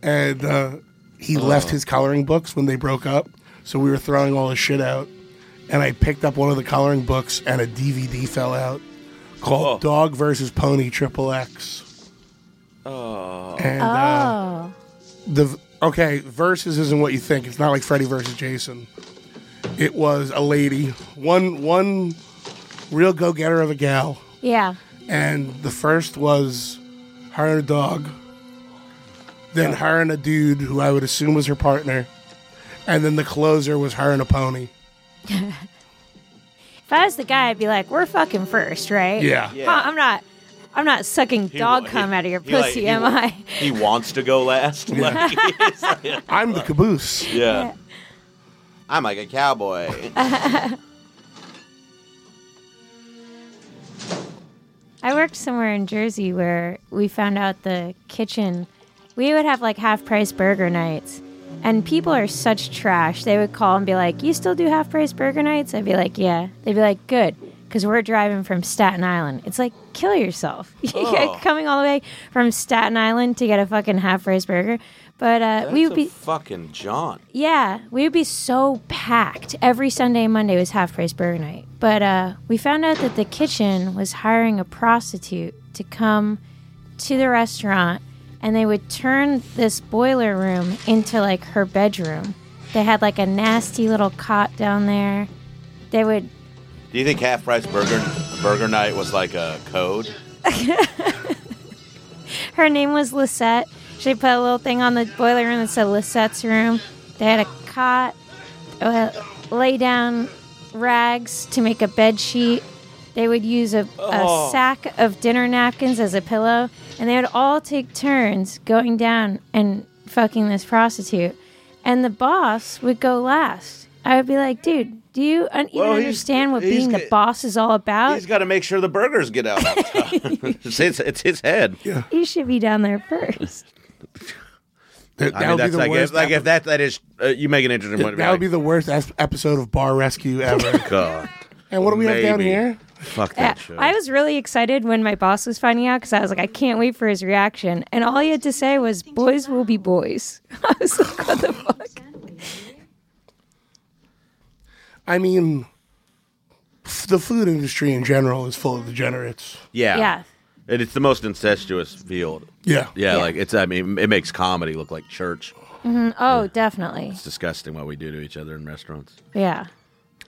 Speaker 4: And uh, he left his coloring books when they broke up. So we were throwing all his shit out. And I picked up one of the coloring books and a DVD fell out called Dog versus Pony Triple X.
Speaker 6: Oh.
Speaker 4: And uh,
Speaker 5: Oh.
Speaker 4: the okay, versus isn't what you think. It's not like Freddy versus Jason. It was a lady, one one real go getter of a gal.
Speaker 5: Yeah.
Speaker 4: and the first was her and a dog, then her and a dude who I would assume was her partner, and then the closer was her and a pony.
Speaker 5: If I was the guy, I'd be like, "We're fucking first, right?"
Speaker 4: Yeah.
Speaker 5: Huh, I'm not. I'm not sucking
Speaker 6: He
Speaker 5: dog
Speaker 6: wa- he-
Speaker 5: cum out of your
Speaker 6: he, like,
Speaker 5: pussy,
Speaker 6: he
Speaker 5: am
Speaker 6: wa-
Speaker 5: I?
Speaker 6: He wants to go last. Like, [laughs] he's like-
Speaker 4: I'm the caboose.
Speaker 6: yeah. I'm like
Speaker 4: [laughs]
Speaker 6: a cowboy.
Speaker 5: I worked somewhere in Jersey where we found out the kitchen. We would have like half price burger nights, and people are such trash. They would call and be like, You still do half price burger nights? I'd be like, Yeah. They'd be like, Good, because we're driving from Staten Island. It's like, kill yourself. [laughs] You're
Speaker 6: Oh.
Speaker 5: Coming all the way from Staten Island to get a fucking half price burger. But uh, we
Speaker 6: That's
Speaker 5: would
Speaker 6: a
Speaker 5: be.
Speaker 6: fucking John.
Speaker 5: Yeah, we would be so packed. Every Sunday and Monday was half price burger night. But uh, we found out that the kitchen was hiring a prostitute to come to the restaurant and they would turn this boiler room into like her bedroom. They had like a nasty little cot down there. They would
Speaker 6: Do you think half price burger burger night was like a code?
Speaker 5: Her name was Lisette. She put a little thing on the boiler room that said Lisette's room. They had a cot, uh, lay down rags to make a bed sheet. They would use a,
Speaker 14: Oh.
Speaker 5: a sack of dinner napkins as a pillow, and they would all take turns going down and fucking this prostitute. And the boss would go last. I would be like, dude, do you un- even
Speaker 6: Well, he's-
Speaker 5: understand what
Speaker 6: he's
Speaker 5: being the
Speaker 6: g-
Speaker 5: boss is all about?
Speaker 6: He's got to make sure the burgers get
Speaker 5: [laughs]
Speaker 6: out. [laughs] on time. it's, his, it's his head. Yeah.
Speaker 5: You should be down there first.
Speaker 4: That, that
Speaker 6: I mean,
Speaker 4: would be
Speaker 6: that's
Speaker 4: the
Speaker 6: like,
Speaker 4: worst.
Speaker 6: if, like if that that is uh, you make an interesting
Speaker 4: that
Speaker 6: point.
Speaker 4: would be the worst es- episode of Bar
Speaker 6: [laughs]
Speaker 4: Rescue ever.
Speaker 6: God.
Speaker 4: and what do we have down
Speaker 6: Maybe.
Speaker 4: here?
Speaker 6: Fuck
Speaker 5: Yeah,
Speaker 6: that show.
Speaker 5: Uh, I was really excited when my boss was finding out because I was like, I can't wait for his reaction. And all he had to say was, "Boys will be boys." [laughs] I was like, what the fuck?
Speaker 4: I mean, f- the food industry in general is full of degenerates.
Speaker 6: Yeah.
Speaker 5: Yeah.
Speaker 6: And it's the most incestuous field.
Speaker 4: Yeah.
Speaker 6: Yeah, like it's I mean it makes comedy look like church.
Speaker 5: Mhm. Oh, definitely.
Speaker 6: It's disgusting what we do to each other in restaurants.
Speaker 5: Yeah.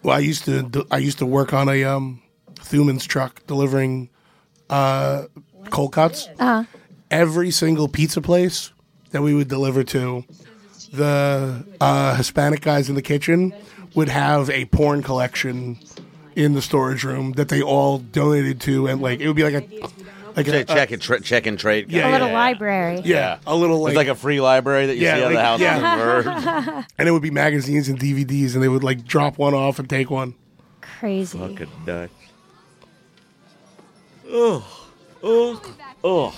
Speaker 4: Well, I used to d- I used to work on a um, Thuman's truck delivering uh, cold cuts.
Speaker 5: Uh,
Speaker 4: Every single pizza place that we would deliver to, the uh, Hispanic guys in the kitchen would have a porn collection in the storage room that they all donated to, and like it would be like a like
Speaker 6: Check-
Speaker 4: a,
Speaker 6: check and tra- check and
Speaker 4: uh,
Speaker 6: trade.
Speaker 4: Yeah,
Speaker 5: a
Speaker 4: yeah,
Speaker 5: little
Speaker 4: yeah.
Speaker 5: library.
Speaker 4: yeah, a little like,
Speaker 6: it's like a free library that you
Speaker 4: Yeah,
Speaker 6: see out
Speaker 4: like-
Speaker 6: of the house
Speaker 4: yeah.
Speaker 6: on the verge.
Speaker 4: and it would be magazines and DVDs, and they would like drop one off and take one.
Speaker 5: Crazy.
Speaker 6: Fucking Dutch. Ugh. Ugh. Ugh.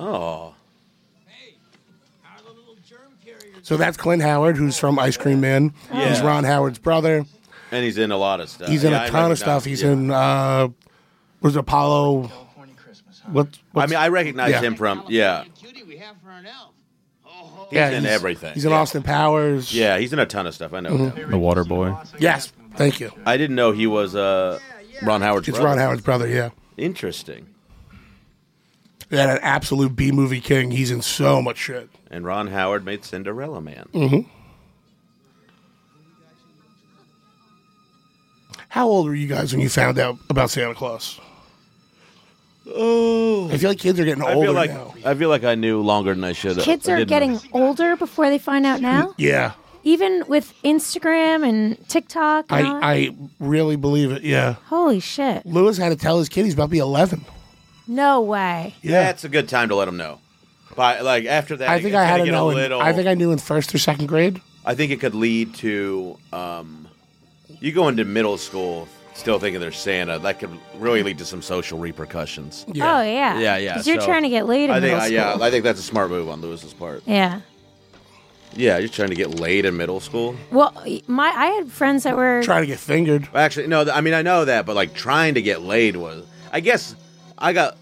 Speaker 6: Oh.
Speaker 4: So that's Clint Howard, who's from Ice Cream Man. He's
Speaker 6: Yeah.
Speaker 4: Ron Howard's brother.
Speaker 6: And he's in a lot of stuff.
Speaker 4: He's in
Speaker 6: Uh, Yeah, I
Speaker 4: a ton of
Speaker 6: recognize-
Speaker 4: stuff. He's
Speaker 6: yeah.
Speaker 4: in uh, was it Apollo. What?
Speaker 6: I mean, I recognize
Speaker 4: yeah.
Speaker 6: him from yeah. He's
Speaker 4: Yeah,
Speaker 6: in everything.
Speaker 4: He's in Austin Mm-hmm. Powers.
Speaker 6: Yeah, he's in a ton of stuff. I know. him.
Speaker 13: The Water Boy.
Speaker 4: Yes. Thank you.
Speaker 6: I didn't know he was uh, Ron Howard's.
Speaker 4: It's
Speaker 6: brother.
Speaker 4: Ron Howard's brother. Yeah.
Speaker 6: Interesting.
Speaker 4: That an absolute B movie king. He's in so much shit.
Speaker 6: And Ron Howard made Cinderella Man.
Speaker 4: hmm How old were you guys when you found out about Santa Claus?
Speaker 6: Oh.
Speaker 4: I feel like kids are getting
Speaker 6: I
Speaker 4: older
Speaker 6: feel like
Speaker 4: now.
Speaker 6: I feel like I knew longer than I should have.
Speaker 5: Kids are getting older before they find out
Speaker 6: [laughs]
Speaker 5: now.
Speaker 4: Yeah.
Speaker 5: Even with Instagram and TikTok.
Speaker 4: I,
Speaker 5: And all that.
Speaker 4: I really believe it. Yeah.
Speaker 5: Holy shit!
Speaker 4: Lewis had to tell his kid he's about to be 11.
Speaker 5: No way.
Speaker 6: Yeah, that's a good time to let them know. But like after that,
Speaker 4: I think I had to
Speaker 6: to get
Speaker 4: know.
Speaker 6: a
Speaker 4: in-
Speaker 6: little.
Speaker 4: I think I knew in first or second grade.
Speaker 6: I think it could lead to um, you go into middle school still thinking they're Santa. That could really lead to some social repercussions.
Speaker 5: Oh yeah.
Speaker 6: yeah, yeah.
Speaker 5: 'Cause you're
Speaker 6: so
Speaker 5: trying to get laid in
Speaker 6: I think,
Speaker 5: middle
Speaker 6: I-
Speaker 5: school.
Speaker 6: yeah, I think that's a smart move on Lewis's part.
Speaker 5: yeah.
Speaker 6: Yeah, you're trying to get laid in middle school.
Speaker 5: Well, my I had friends that were
Speaker 4: Trying to get fingered.
Speaker 6: Actually, no. th- I mean, I know that, but like trying to get laid was. I guess I got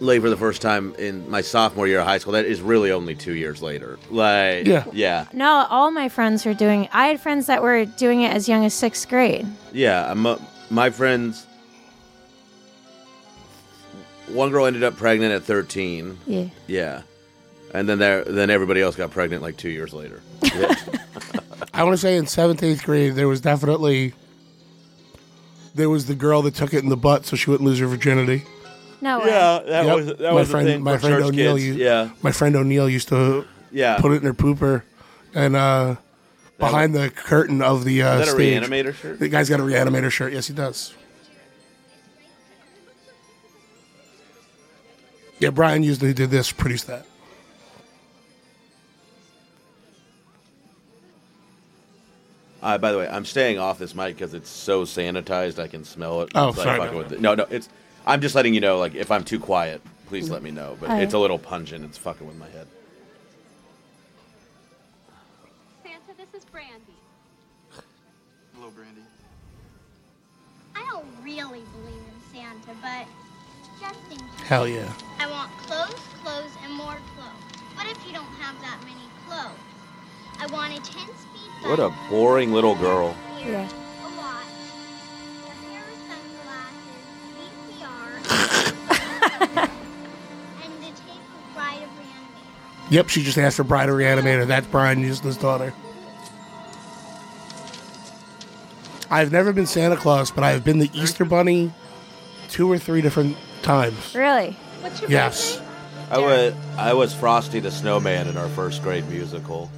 Speaker 6: laid for the first time in my sophomore year of high school. That is really only two years later. Like,
Speaker 5: Yeah.
Speaker 6: yeah,
Speaker 5: No, all my friends were doing. I had friends that were doing it as young as sixth grade.
Speaker 6: yeah. I'm, uh, my friends. One girl ended up pregnant at 13.
Speaker 5: Yeah.
Speaker 6: Yeah, and then there, then everybody else got pregnant like two years
Speaker 4: [laughs]
Speaker 6: later. Yeah.
Speaker 4: I want to say in seventh, eighth grade, there was definitely there was the girl that took it in the butt so she wouldn't lose her virginity.
Speaker 5: No way.
Speaker 6: Yeah, that
Speaker 4: Yep.
Speaker 6: was that
Speaker 4: my
Speaker 6: was
Speaker 4: friend,
Speaker 6: the thing
Speaker 4: my
Speaker 6: for
Speaker 4: friend
Speaker 6: church
Speaker 4: O'Neill.
Speaker 6: kids.
Speaker 4: Used,
Speaker 6: yeah,
Speaker 4: my friend O'Neill used to
Speaker 6: Yeah.
Speaker 4: put it in her pooper and uh, behind the curtain of the uh,
Speaker 6: Is that a
Speaker 4: stage.
Speaker 6: reanimator shirt?
Speaker 4: The guy's got a reanimator shirt. Yes, he does. Yeah, Brian usually did this, produced that.
Speaker 6: Uh, by the way, I'm staying off this mic because it's so sanitized. I can smell it.
Speaker 4: Oh,
Speaker 6: It's like
Speaker 4: sorry
Speaker 6: fucking
Speaker 4: about
Speaker 6: with it. No, no, it's. I'm just letting you know. Like, if I'm too quiet, please let me know. But
Speaker 4: Oh,
Speaker 5: All right.
Speaker 6: it's a little pungent. It's fucking with my head.
Speaker 14: Santa, this is Brandy.
Speaker 12: Hello, Brandy.
Speaker 14: I don't really believe in Santa, but just in case.
Speaker 4: Hell yeah.
Speaker 14: I want clothes, clothes, and more clothes. What if you don't have that many clothes? I want a 10 speed
Speaker 6: What a boring little girl.
Speaker 5: Yeah.
Speaker 14: a lot. A pair of sunglasses, VCR, [laughs] and the tape of Bride of Randy.
Speaker 4: Yep, she just asked for Bride of Reanimator. That's Brian Houston's daughter. I've never been Santa Claus, but I've been the Easter Bunny two or three different times.
Speaker 5: Really?
Speaker 4: Yes.
Speaker 6: I was I was Frosty the Snowman in our first grade musical.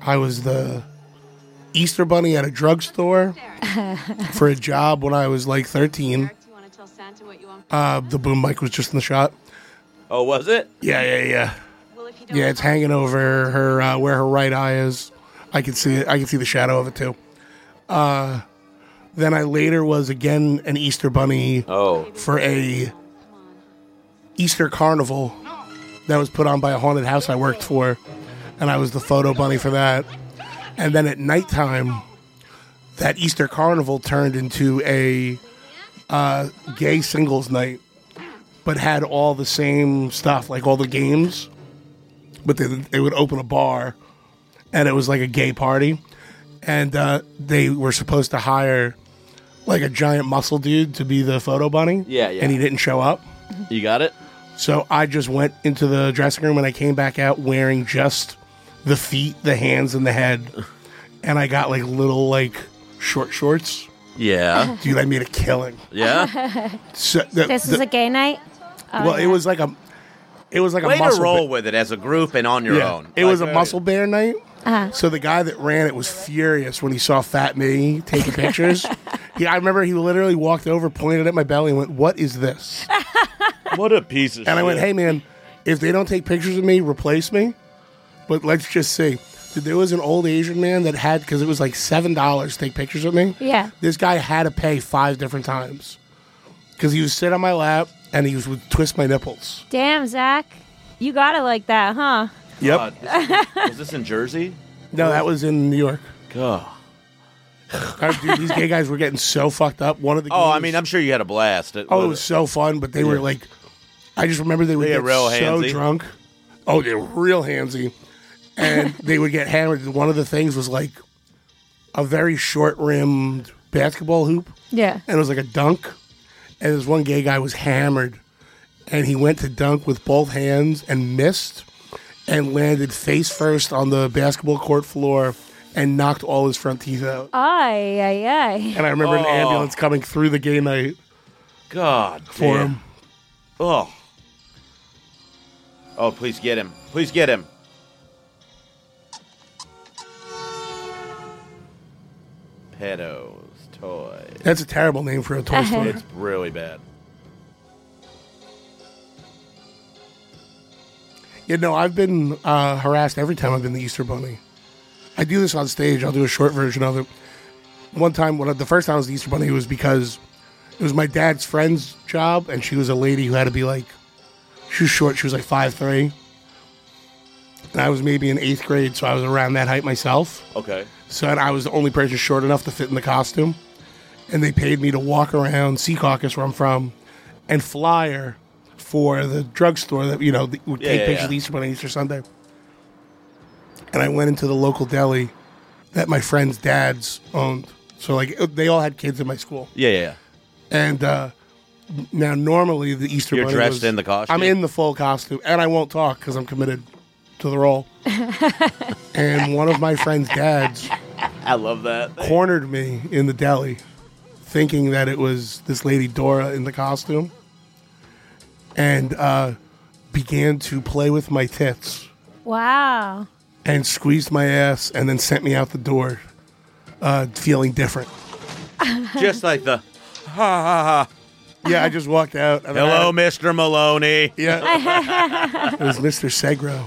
Speaker 4: I was the Easter Bunny at a drugstore for a job when I was like 13. Uh, the boom mic was just in the shot.
Speaker 6: Oh, was it?
Speaker 4: Yeah, yeah, yeah. Yeah, it's hanging over her uh, where her right eye is. I can see it. I can see the shadow of it too. Uh, then I later was again an Easter bunny
Speaker 6: Oh.
Speaker 4: for a Easter carnival that was put on by a haunted house I worked for, and I was the photo bunny for that. And then at nighttime, that Easter carnival turned into a uh, gay singles night, but had all the same stuff, like all the games. But they, they would open a bar, and it was like a gay party, and uh, they were supposed to hire like a giant muscle dude to be the photo bunny.
Speaker 6: Yeah, yeah.
Speaker 4: And he didn't show up.
Speaker 6: You got it?
Speaker 4: So I just went into the dressing room and I came back out wearing just the feet, the hands, and the head. And I got like little like short shorts.
Speaker 6: [laughs] Yeah.
Speaker 4: Dude, I made a killing. So the-
Speaker 5: this is
Speaker 4: the-
Speaker 5: a gay night. Oh,
Speaker 4: well, it
Speaker 5: yeah.
Speaker 4: was like a it was like
Speaker 6: Way
Speaker 4: a
Speaker 6: to
Speaker 4: muscle
Speaker 6: roll
Speaker 4: bear-
Speaker 6: with it as a group and on your
Speaker 4: Yeah,
Speaker 6: own.
Speaker 4: It was a
Speaker 6: Like,
Speaker 4: muscle bear night.
Speaker 5: Uh-huh.
Speaker 4: So the guy that ran it was furious when he saw fat me
Speaker 5: [laughs]
Speaker 4: taking pictures. he, I remember he literally walked over, pointed at my belly, and went, "What is this?" [laughs]
Speaker 6: What a piece of shit.
Speaker 4: And I went, hey, man, if they don't take pictures of me, replace me. But let's just see. Dude, There was an old Asian man that had, because it was like $7 to take pictures of me.
Speaker 5: Yeah.
Speaker 4: This guy had to pay five different times because he would sit on my lap and he was, would twist my nipples.
Speaker 5: Damn, Zach. You got it like that, huh?
Speaker 4: Yep.
Speaker 6: [laughs]
Speaker 4: [laughs]
Speaker 6: God, this is- was this in Jersey?
Speaker 4: No, that was in New York.
Speaker 6: God.
Speaker 4: dude, these gay guys were getting so fucked up. One of the
Speaker 6: Oh, I
Speaker 4: gays-
Speaker 6: mean, I'm sure you had a blast.
Speaker 4: Oh, it was so fun, but they were like, I just remember they would
Speaker 6: They
Speaker 4: get
Speaker 6: get real
Speaker 4: so
Speaker 6: handsy.
Speaker 4: drunk. Oh, they were real handsy, and they would get hammered. One of the things was like a very short rimmed basketball hoop,
Speaker 5: Yeah.
Speaker 4: and it was like a dunk. And this one gay guy was hammered, and he went to dunk with both hands and missed, and landed face first on the basketball court floor, and knocked all his front teeth out.
Speaker 5: Ay, ay, ay.
Speaker 4: And I remember an
Speaker 5: Oh.
Speaker 4: ambulance coming through the gay night.
Speaker 6: God.
Speaker 4: For
Speaker 6: damn.
Speaker 4: him.
Speaker 6: Oh. Oh, please get him. Please get him. Pedos. Toys.
Speaker 4: That's a terrible name for a toy store.
Speaker 6: It's really bad.
Speaker 4: You know, I've been uh, harassed every time I've been the Easter Bunny. I do this on stage. I'll do a short version of it. One time, when I, the first time I was the Easter Bunny, it was because it was my dad's friend's job, and she was a lady who had to be like, she was short. She was like five three, and I was maybe in eighth grade, so I was around that height myself.
Speaker 6: Okay.
Speaker 4: So and I was the only person short enough to fit in the costume. And they paid me to walk around Sea Caucus, where I'm from, and flyer for the drugstore that, you know, that would
Speaker 6: Yeah,
Speaker 4: take
Speaker 6: yeah,
Speaker 4: pictures
Speaker 6: yeah.
Speaker 4: of Easter Bunny Easter Sunday. And I went into the local deli that my friend's dad's owned. So, like, they all had kids in my school.
Speaker 6: Yeah, yeah, yeah.
Speaker 4: And uh, now, normally, the Easter
Speaker 6: You're
Speaker 4: Bunny.
Speaker 6: dressed
Speaker 4: was-
Speaker 6: in the costume?
Speaker 4: I'm in the full costume, and I won't talk because I'm committed to the
Speaker 6: [laughs]
Speaker 4: role. and one of my friend's dads
Speaker 6: I love that. [laughs]
Speaker 4: cornered me in the deli, thinking that it was this lady Dora in the costume, and uh, began to play with my tits
Speaker 5: Wow.
Speaker 4: and squeezed my ass, and then sent me out the door, uh, feeling different.
Speaker 6: Just like the ha ha ha.
Speaker 4: Yeah, I just walked out. and then
Speaker 6: Hello, Mr. Maloney.
Speaker 4: I- it was Mr. Segro.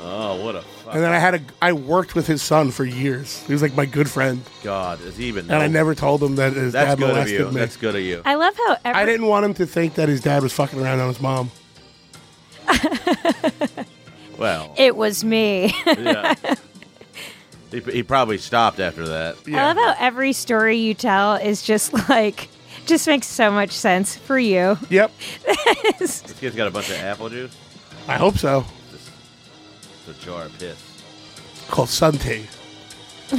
Speaker 6: oh, what a fuck.
Speaker 4: And then I had a I worked with his son for years. He was like my good friend,
Speaker 6: God, is he even.
Speaker 4: and I never told him that his
Speaker 6: Oh. That's
Speaker 4: dad
Speaker 6: good of
Speaker 4: molested
Speaker 6: you.
Speaker 4: me.
Speaker 6: That's good of you.
Speaker 5: I love how every,
Speaker 4: I didn't want him to think that his dad was fucking around on his mom.
Speaker 6: Well,
Speaker 5: it was me. [laughs]
Speaker 6: yeah. He, he probably stopped after that.
Speaker 5: I love how every story you tell is just like just makes so much sense for you.
Speaker 4: Yep.
Speaker 6: This kid's got a bunch of apple juice.
Speaker 4: I hope so.
Speaker 6: It's a jar of piss.
Speaker 4: Called Sun Tea. [laughs]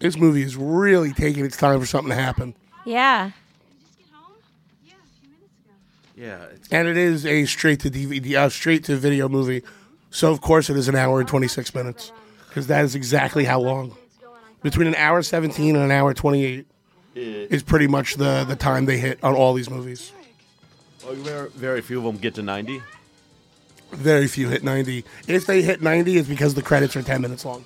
Speaker 4: This movie is really taking its time for something to happen.
Speaker 5: yeah.
Speaker 6: Yeah, it's
Speaker 4: And it is a straight to DVD, uh, straight to video movie. So of course it is an hour and 26 minutes because that is exactly how long. Between an hour 17 and an hour 28 is pretty much the the time they hit on all these movies.
Speaker 6: oh, very, very few of them get to ninety.
Speaker 4: Very few hit 90. If they hit 90, it's because the credits are 10 minutes long.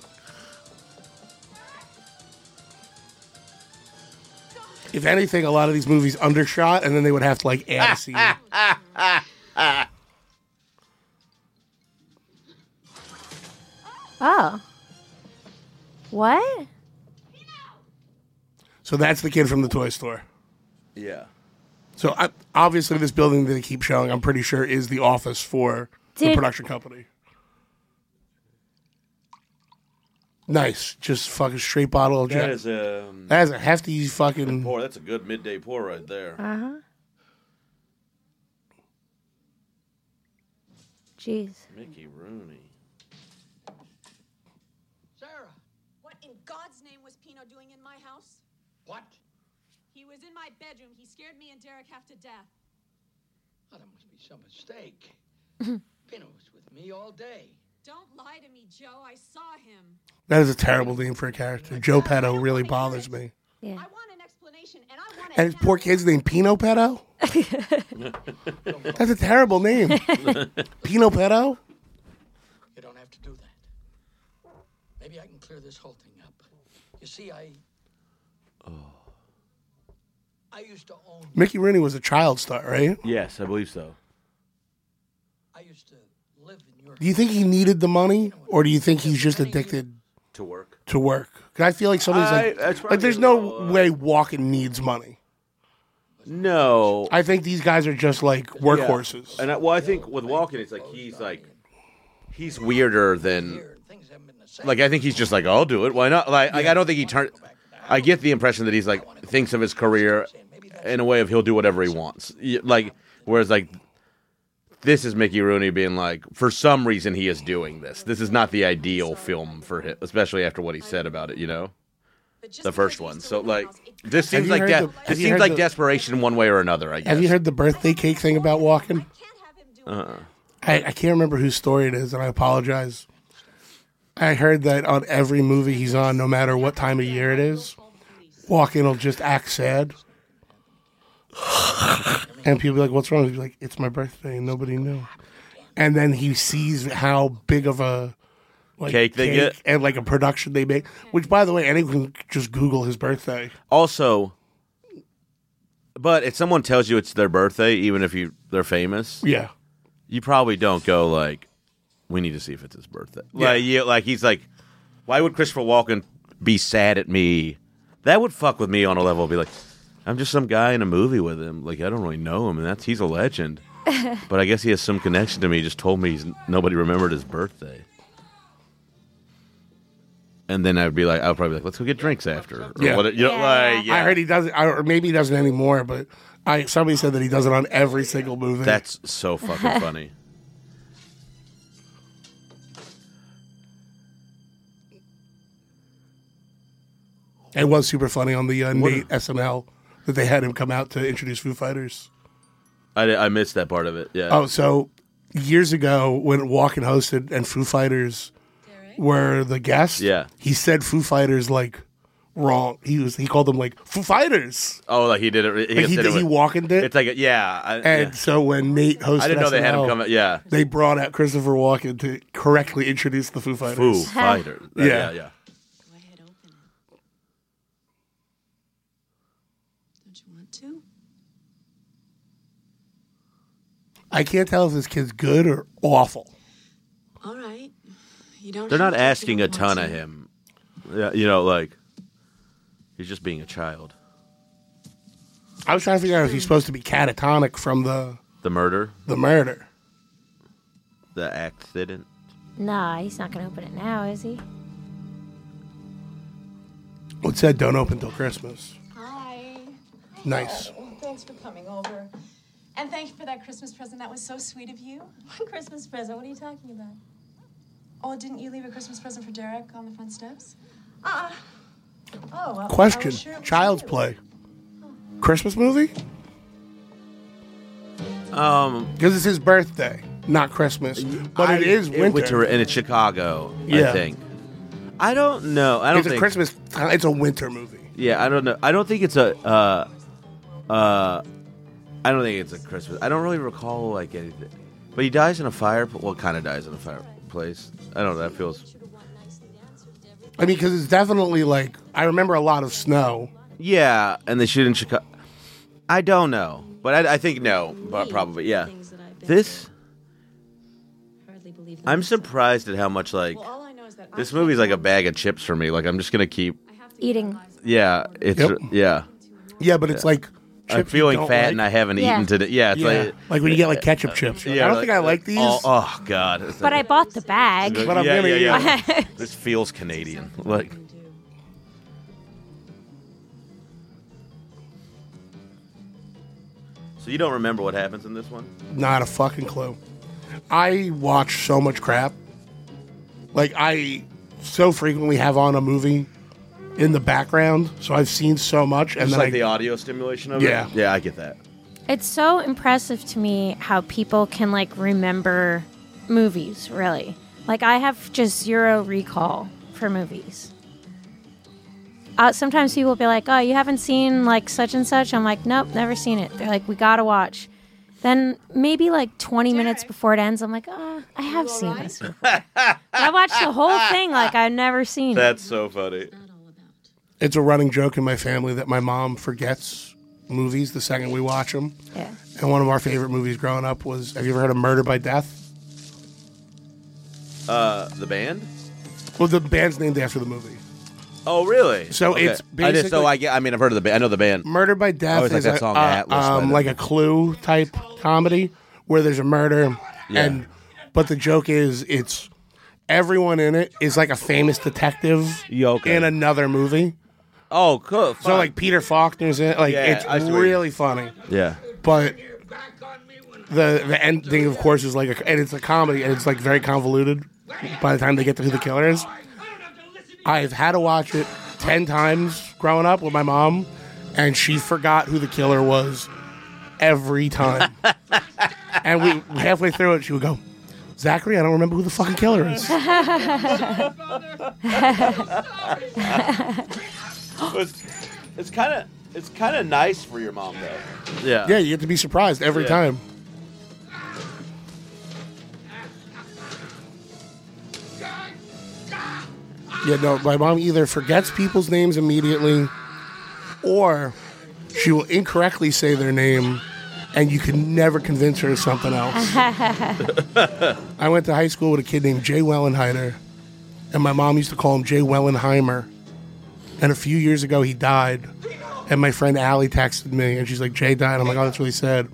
Speaker 4: If anything, a lot of these movies undershot, and then they would have to like add a scene.
Speaker 5: Oh. What?
Speaker 4: So that's the kid from the toy store.
Speaker 6: Yeah.
Speaker 4: So I, obviously, this building that they keep showing, I'm pretty sure, is the office for the
Speaker 5: Did-
Speaker 4: production company. Nice, just fucking straight bottle of
Speaker 6: That
Speaker 4: Jack-
Speaker 6: is um,
Speaker 4: that is a hefty fucking.
Speaker 6: pour. That's a good midday pour right there.
Speaker 5: Uh-huh. Jeez.
Speaker 6: Mickey Rooney.
Speaker 15: Sarah. What in God's name was Pino doing in my house?
Speaker 7: What?
Speaker 15: He was in my bedroom. He scared me and Derek half to death.
Speaker 7: Oh, there must be some mistake.
Speaker 6: [laughs]
Speaker 7: Pino was with me all day.
Speaker 15: Don't lie to me, Joe. I saw him.
Speaker 4: That is a terrible name for a character. Joe Petto really bothers me. I
Speaker 5: Yeah.
Speaker 4: want an explanation, and I want. And his poor kid's name Pino
Speaker 6: [laughs]
Speaker 4: Petto. That's a terrible name. Pino Petto.
Speaker 7: You don't have to do that. Maybe I can clear this whole thing up. You see, I.
Speaker 6: Oh.
Speaker 7: I used to own.
Speaker 4: Mickey Rooney was a child star, right?
Speaker 6: Yes, I believe so.
Speaker 7: I used to live in your.
Speaker 4: Do you think he needed the money, or do you think he's just addicted
Speaker 6: To work.
Speaker 4: to work? 'Cause I feel like somebody's
Speaker 6: I-
Speaker 4: like,
Speaker 6: that's
Speaker 4: like there's no way Walken needs money.
Speaker 6: No.
Speaker 4: I think these guys are just like workhorses.
Speaker 6: Yeah. And I, well, I think with Walken, it's like he's like he's weirder than like I think he's just like I'll do it. Why not? Like, like I don't think he turned. I get the impression that he's like thinks of his career in a way of he'll do whatever he wants. Y- Like whereas like this is Mickey Rooney being like for some reason he is doing this. This is not the ideal film for him, especially after what he said about it. You know. The first one, so like this
Speaker 4: Have
Speaker 6: seems
Speaker 4: you
Speaker 6: like
Speaker 4: heard
Speaker 6: de-
Speaker 4: the-
Speaker 6: this
Speaker 4: have you
Speaker 6: seems
Speaker 4: heard
Speaker 6: like
Speaker 4: the-
Speaker 6: desperation one way or another. I guess.
Speaker 4: Have you heard the birthday cake thing about Walken?
Speaker 6: Uh-uh.
Speaker 4: I, I can't remember whose story it is, and I apologize. I heard that on every movie he's on, no matter what time of year it is, Walken will just act sad. and people be like, What's wrong? He'd be like, It's my birthday, and nobody knew. And then he sees how big of a like,
Speaker 6: Cake they get?
Speaker 4: and like a production they make. Which, by the way, anyone can just Google his birthday.
Speaker 6: Also, but if someone tells you it's their birthday, even if you they're famous,
Speaker 4: Yeah.
Speaker 6: you probably don't go like, "We need to see if it's his birthday."
Speaker 4: Yeah.
Speaker 6: Like, yeah, like he's like, "Why would Christopher Walken be sad at me?" That would fuck with me on a level. Be like, "I'm just some guy in a movie with him. Like, I don't really know him, and that's he's a legend." but I guess he has some connection to me. He just told me he's, nobody remembered his birthday. And then I'd be like, I'd probably be like, let's go get drinks after. or what- you know, like, yeah.
Speaker 4: I heard he doesn't, I- or maybe he doesn't anymore. But I somebody said that he does it on every single [laughs] movie.
Speaker 6: That's so
Speaker 4: [laughs]
Speaker 6: fucking funny.
Speaker 4: it was super funny on the uh,
Speaker 6: What
Speaker 4: Nate SNL that they had him come out to introduce Foo Fighters.
Speaker 6: I, I missed that part of it. Yeah.
Speaker 4: Oh, so years ago when Walken hosted and Foo Fighters were the guests,
Speaker 6: Yeah.
Speaker 4: he said Foo Fighters like wrong. He was he called them like Foo Fighters,
Speaker 6: Oh, like he did it. He,
Speaker 4: Like,
Speaker 6: just
Speaker 4: he
Speaker 6: did
Speaker 4: did-
Speaker 6: it with-
Speaker 4: he walking it.
Speaker 6: It's like a, yeah, I,
Speaker 4: and
Speaker 6: yeah.
Speaker 4: so when Nate hosted,
Speaker 6: I didn't know they had him
Speaker 4: SNL,
Speaker 6: come. Yeah,
Speaker 4: They brought out Christopher Walken to correctly introduce the Foo Fighters.
Speaker 6: Foo Fighters.
Speaker 4: yeah.
Speaker 6: yeah, yeah.
Speaker 15: Don't you want to?
Speaker 4: I can't tell if this kid's good or awful.
Speaker 15: All right. You don't.
Speaker 6: They're
Speaker 15: have
Speaker 6: not
Speaker 15: to if you
Speaker 6: asking a
Speaker 15: don't want
Speaker 6: ton of
Speaker 15: to.
Speaker 6: him. Yeah, you know, like he's just being a child.
Speaker 4: I was trying to figure out if he's supposed to be catatonic from the
Speaker 6: The murder,
Speaker 4: the murder.
Speaker 6: the accident.
Speaker 5: Nah, he's not gonna open it now, is he?
Speaker 4: Well, It said don't open till Christmas.
Speaker 11: Hi.
Speaker 4: Nice.
Speaker 11: Thanks for coming over. And thank you for that Christmas present. That was so sweet of you. What Christmas present? What are you talking about? Oh, didn't you leave a Christmas present for Derek on the front steps? Uh-uh. Oh, well, I was
Speaker 4: Question:
Speaker 11: sure it was
Speaker 4: Child's
Speaker 11: you.
Speaker 4: Play, Christmas movie?
Speaker 6: Um,
Speaker 4: because it's his birthday, not Christmas, but it is winter.
Speaker 6: and it's Chicago. I
Speaker 4: Yeah.
Speaker 6: think. I don't know. I don't
Speaker 4: it's
Speaker 6: think
Speaker 4: a Christmas. It's a winter movie.
Speaker 6: Yeah, I don't know. I don't think it's a. Uh, uh, I don't think it's a Christmas. I don't really recall like anything. But he dies in a fire. Well, kind of dies in a fireplace. I don't know. That feels.
Speaker 4: I mean, because it's definitely like I remember a lot of snow.
Speaker 6: Yeah, and they shoot in Chicago. I don't know, but I, I think no, but probably yeah. This, I'm surprised at how much like this movie's like a bag of chips for me. Like I'm just gonna keep.
Speaker 5: Eating.
Speaker 6: Yeah, it's
Speaker 4: Yep.
Speaker 6: yeah.
Speaker 4: Yeah, but it's
Speaker 6: Yeah.
Speaker 4: like
Speaker 6: I'm
Speaker 4: chips you
Speaker 6: feeling
Speaker 4: don't
Speaker 6: fat
Speaker 4: like.
Speaker 6: and I haven't
Speaker 5: Yeah.
Speaker 6: eaten today. Yeah, it's
Speaker 4: Yeah.
Speaker 6: like
Speaker 4: Like when you get, like, ketchup chips. You're like, I don't think I like these.
Speaker 6: Oh, oh, god. [laughs] It's
Speaker 5: But I
Speaker 6: like-
Speaker 5: bought the bag.
Speaker 6: It's like,
Speaker 4: But I'm
Speaker 6: yeah,
Speaker 4: gonna
Speaker 6: yeah, yeah.
Speaker 5: eat it.
Speaker 6: uh, [laughs] this feels Canadian. Like So you don't remember what happens in this one?
Speaker 4: Not a fucking clue. I watch so much crap. Like I so frequently have on a movie in the background, so I've seen so much, and
Speaker 6: Just
Speaker 4: then
Speaker 6: like
Speaker 4: I,
Speaker 6: the uh, audio stimulation of
Speaker 4: Yeah.
Speaker 6: it. Yeah, I get that.
Speaker 5: It's so impressive to me how people can like remember movies, really. Like I have just zero recall for movies. Uh, sometimes people will be like, "Oh, you haven't seen like such and such." I'm like, "Nope, never seen it." They're like, "We gotta watch." Then maybe like 20 minutes before it ends, I'm like, "Ah, I have seen this." Before. But I watched
Speaker 4: [laughs]
Speaker 5: the whole thing like I've never seen
Speaker 6: That's so funny.
Speaker 4: it's a running joke in my family that my mom forgets movies the second we watch them.
Speaker 5: Yeah.
Speaker 4: And one of our favorite movies growing up was Have you ever heard of Murder by Death?
Speaker 6: Uh the band?
Speaker 4: Well, the band's named after the movie.
Speaker 6: Oh really?
Speaker 4: So it's
Speaker 6: I just so
Speaker 4: basically-
Speaker 6: I get I mean I've heard of the band I know the band.
Speaker 4: Murder by Death
Speaker 6: always like
Speaker 4: is
Speaker 6: that
Speaker 4: a-
Speaker 6: song,
Speaker 4: uh,
Speaker 6: Atlas, by
Speaker 4: um,
Speaker 6: the-
Speaker 4: like a Clue type comedy where there's a murder,
Speaker 6: Yeah.
Speaker 4: and but the joke is it's everyone in it is like a famous detective in another movie.
Speaker 6: Oh cool.
Speaker 4: So like Peter Faulkner's in it. Like
Speaker 6: Yeah, I
Speaker 4: it's
Speaker 6: see what you-
Speaker 4: really funny. [gasps]
Speaker 6: Yeah.
Speaker 4: but the the ending, of course, is like a, and it's a comedy, and it's like very convoluted. By the time they get to who the killer is, I've had to watch it ten times growing up with my mom, and she forgot who the killer was every time. and we halfway through it, she would go, "Zachary, I don't remember who the fucking killer is."
Speaker 6: it's it's kind of it's kind of nice for your mom though. Yeah.
Speaker 4: yeah, you get to be surprised every
Speaker 6: Yeah.
Speaker 4: time. Yeah, no, my mom either forgets people's names immediately or she will incorrectly say their name and you can never convince her of something else. I went to high school with a kid named Jay Wellenheimer, and my mom used to call him Jay Wellenheimer. And a few years ago, he died. And my friend Allie texted me, and she's like, Jay died. I'm like, oh, that's really sad.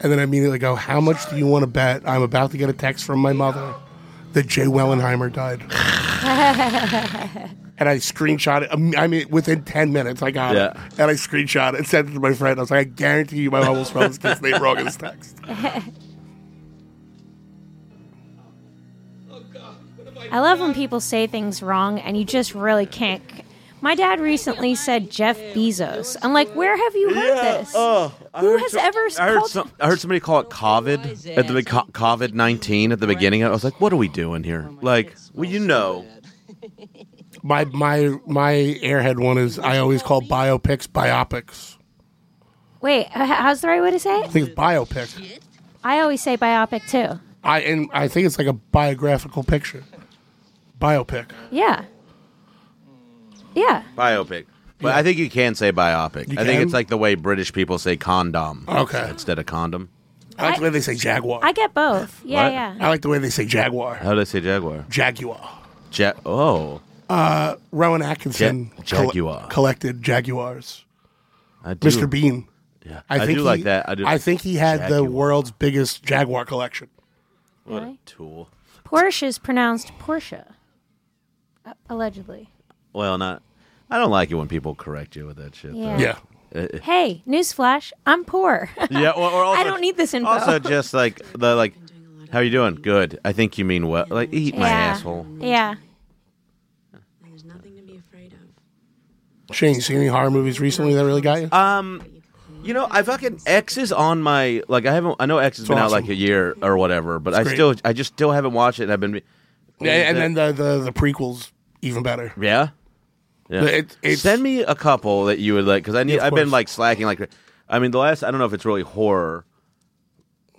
Speaker 4: And then I immediately go, how much do you want to bet? I'm about to get a text from my mother that Jay Wellenheimer died. and I screenshot it. um, I mean, within 10 minutes, I got it.
Speaker 6: Yeah.
Speaker 4: And I screenshot it and sent it to my friend. I was like, I guarantee you my mom will spell this kid's name wrong in this text.
Speaker 5: I love when people say things wrong and you just really can't. c- My dad recently said Jeff Bezos. I'm like, where have you heard this?
Speaker 6: uh,
Speaker 5: Who has ever
Speaker 6: Oh, I heard,
Speaker 5: called?
Speaker 6: some, I heard somebody call it COVID at the be- co- COVID nineteen at the beginning. I was like, "What are we doing here?" Like, well, you know,
Speaker 4: My my my airhead one is I always call biopics biopics.
Speaker 5: Wait, h- how's the right way to say
Speaker 4: I
Speaker 5: it?
Speaker 4: think it's biopic.
Speaker 5: I always say biopic too.
Speaker 4: I and I think it's like a biographical picture. Biopic.
Speaker 5: Yeah. Yeah.
Speaker 6: Biopic. But I think you can say biopic.
Speaker 4: You
Speaker 6: I think
Speaker 4: can?
Speaker 6: it's like the way British people say condom.
Speaker 4: Okay.
Speaker 6: Instead of condom.
Speaker 4: I like the way they say jaguar.
Speaker 5: I get both. Yeah,
Speaker 6: What?
Speaker 5: yeah.
Speaker 4: I like the way they say jaguar.
Speaker 6: How do they say jaguar?
Speaker 4: Jaguar.
Speaker 6: Ja- oh.
Speaker 4: Uh, Rowan Atkinson
Speaker 6: Ja- jaguar.
Speaker 4: collected jaguars.
Speaker 6: I do-
Speaker 4: Mr. Bean.
Speaker 6: Yeah. I, do
Speaker 4: he-
Speaker 6: like that. I do. like
Speaker 4: think he had
Speaker 6: jaguar.
Speaker 4: the world's biggest jaguar collection.
Speaker 6: What a tool.
Speaker 5: Porsche is pronounced Porsche. Uh, allegedly.
Speaker 6: Well, not. I don't like it when people correct you with that shit. though.
Speaker 5: Yeah.
Speaker 6: Uh,
Speaker 5: Hey, newsflash, I'm poor. [laughs]
Speaker 6: Yeah, or, or also,
Speaker 5: I don't need this info.
Speaker 6: Also, just like the like, how you doing? Good. I think you mean well. Like, eat my
Speaker 5: Yeah.
Speaker 6: asshole.
Speaker 5: Yeah.
Speaker 4: Shane, you seen any horror movies recently that really got you?
Speaker 6: Um, you know, I fucking X is on my like. I haven't. I know X has
Speaker 4: It's
Speaker 6: been out
Speaker 4: awesome.
Speaker 6: like a year or whatever, but
Speaker 4: It's
Speaker 6: I
Speaker 4: great.
Speaker 6: still, I just still haven't watched it. And I've been.
Speaker 4: Yeah, and then the, the the prequels even better.
Speaker 6: Yeah. Yeah.
Speaker 4: But it- it's-
Speaker 6: Send me a couple that you would like because I need.
Speaker 4: of
Speaker 6: I've been
Speaker 4: course.
Speaker 6: like slacking. Like, I mean, the last I don't know if it's really horror,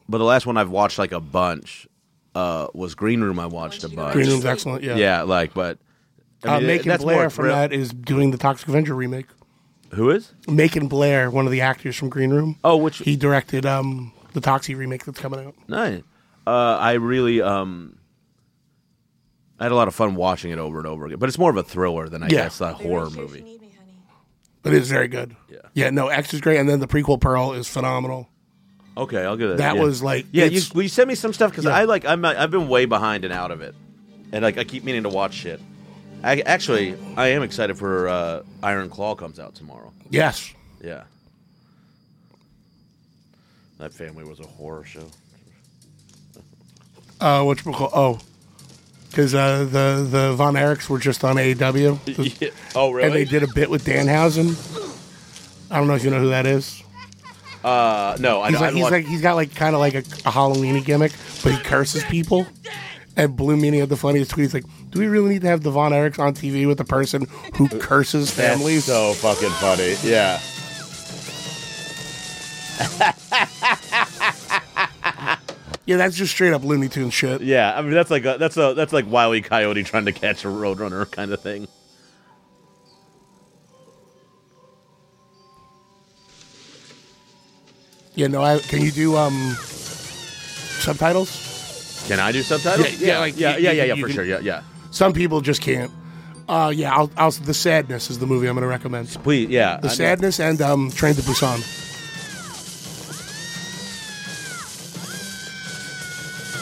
Speaker 6: but the last one I've watched like a bunch uh, was Green Room. I watched a bunch.
Speaker 4: Green Room's excellent, yeah.
Speaker 6: Yeah. Like, but I
Speaker 4: uh,
Speaker 6: mean,
Speaker 4: Macon
Speaker 6: that's more
Speaker 4: Blair from
Speaker 6: thrill-
Speaker 4: that is doing the Toxic Avenger remake.
Speaker 6: Who is?
Speaker 4: Macon Blair, one of the actors from Green Room.
Speaker 6: Oh, which
Speaker 4: he directed um the Toxie remake that's coming out.
Speaker 6: Nice. Uh, I really um, I had a lot of fun watching it over and over again. But it's more of a thriller than I
Speaker 4: Yeah.
Speaker 6: guess a horror movie.
Speaker 4: But it's very good. Yeah. Yeah, no, X is great and then the prequel Pearl is phenomenal.
Speaker 6: Okay, I'll give it.
Speaker 4: That
Speaker 6: yeah.
Speaker 4: was, like,
Speaker 6: yeah. You,
Speaker 4: it's-
Speaker 6: will you send me some stuff because
Speaker 4: Yeah.
Speaker 6: I like I'm uh, I've been way behind and out of it, and like I keep meaning to watch shit. I actually I am excited for uh, Iron Claw comes out tomorrow.
Speaker 4: Yes.
Speaker 6: Yeah. That family was a horror show.
Speaker 4: Uh which prequel oh. Cause uh, the the Von Erichs were just on AEW.
Speaker 6: [laughs] Yeah. Oh, really?
Speaker 4: And they did a bit with Danhausen. I don't know if you know who that is.
Speaker 6: Uh, no, I
Speaker 4: he's
Speaker 6: don't.
Speaker 4: like,
Speaker 6: I don't
Speaker 4: he's
Speaker 6: watch-
Speaker 4: like he's got like kind of like a, a Halloweeny gimmick, but he curses people. And Blue Meanie had the funniest tweet. He's like, "Do we really need to have the Von Erichs on TV with a person who curses
Speaker 6: That's
Speaker 4: families?"
Speaker 6: so fucking funny. Yeah.
Speaker 4: Yeah, that's just straight up Looney Tunes shit.
Speaker 6: Yeah, I mean that's like a, that's a that's like Wile E. Coyote trying to catch a roadrunner kind of thing.
Speaker 4: Yeah, no. I, can you do um subtitles?
Speaker 6: Can I do subtitles?
Speaker 4: Yeah, yeah, like,
Speaker 6: yeah,
Speaker 4: you-
Speaker 6: yeah,
Speaker 4: you-
Speaker 6: yeah, yeah,
Speaker 4: you
Speaker 6: for
Speaker 4: can-
Speaker 6: sure. Yeah, yeah.
Speaker 4: Some people just can't. Uh, yeah, I'll, I'll, the Sadness is the movie I'm going to recommend.
Speaker 6: Please, yeah.
Speaker 4: The
Speaker 6: I know.
Speaker 4: Sadness and um, Train to Busan.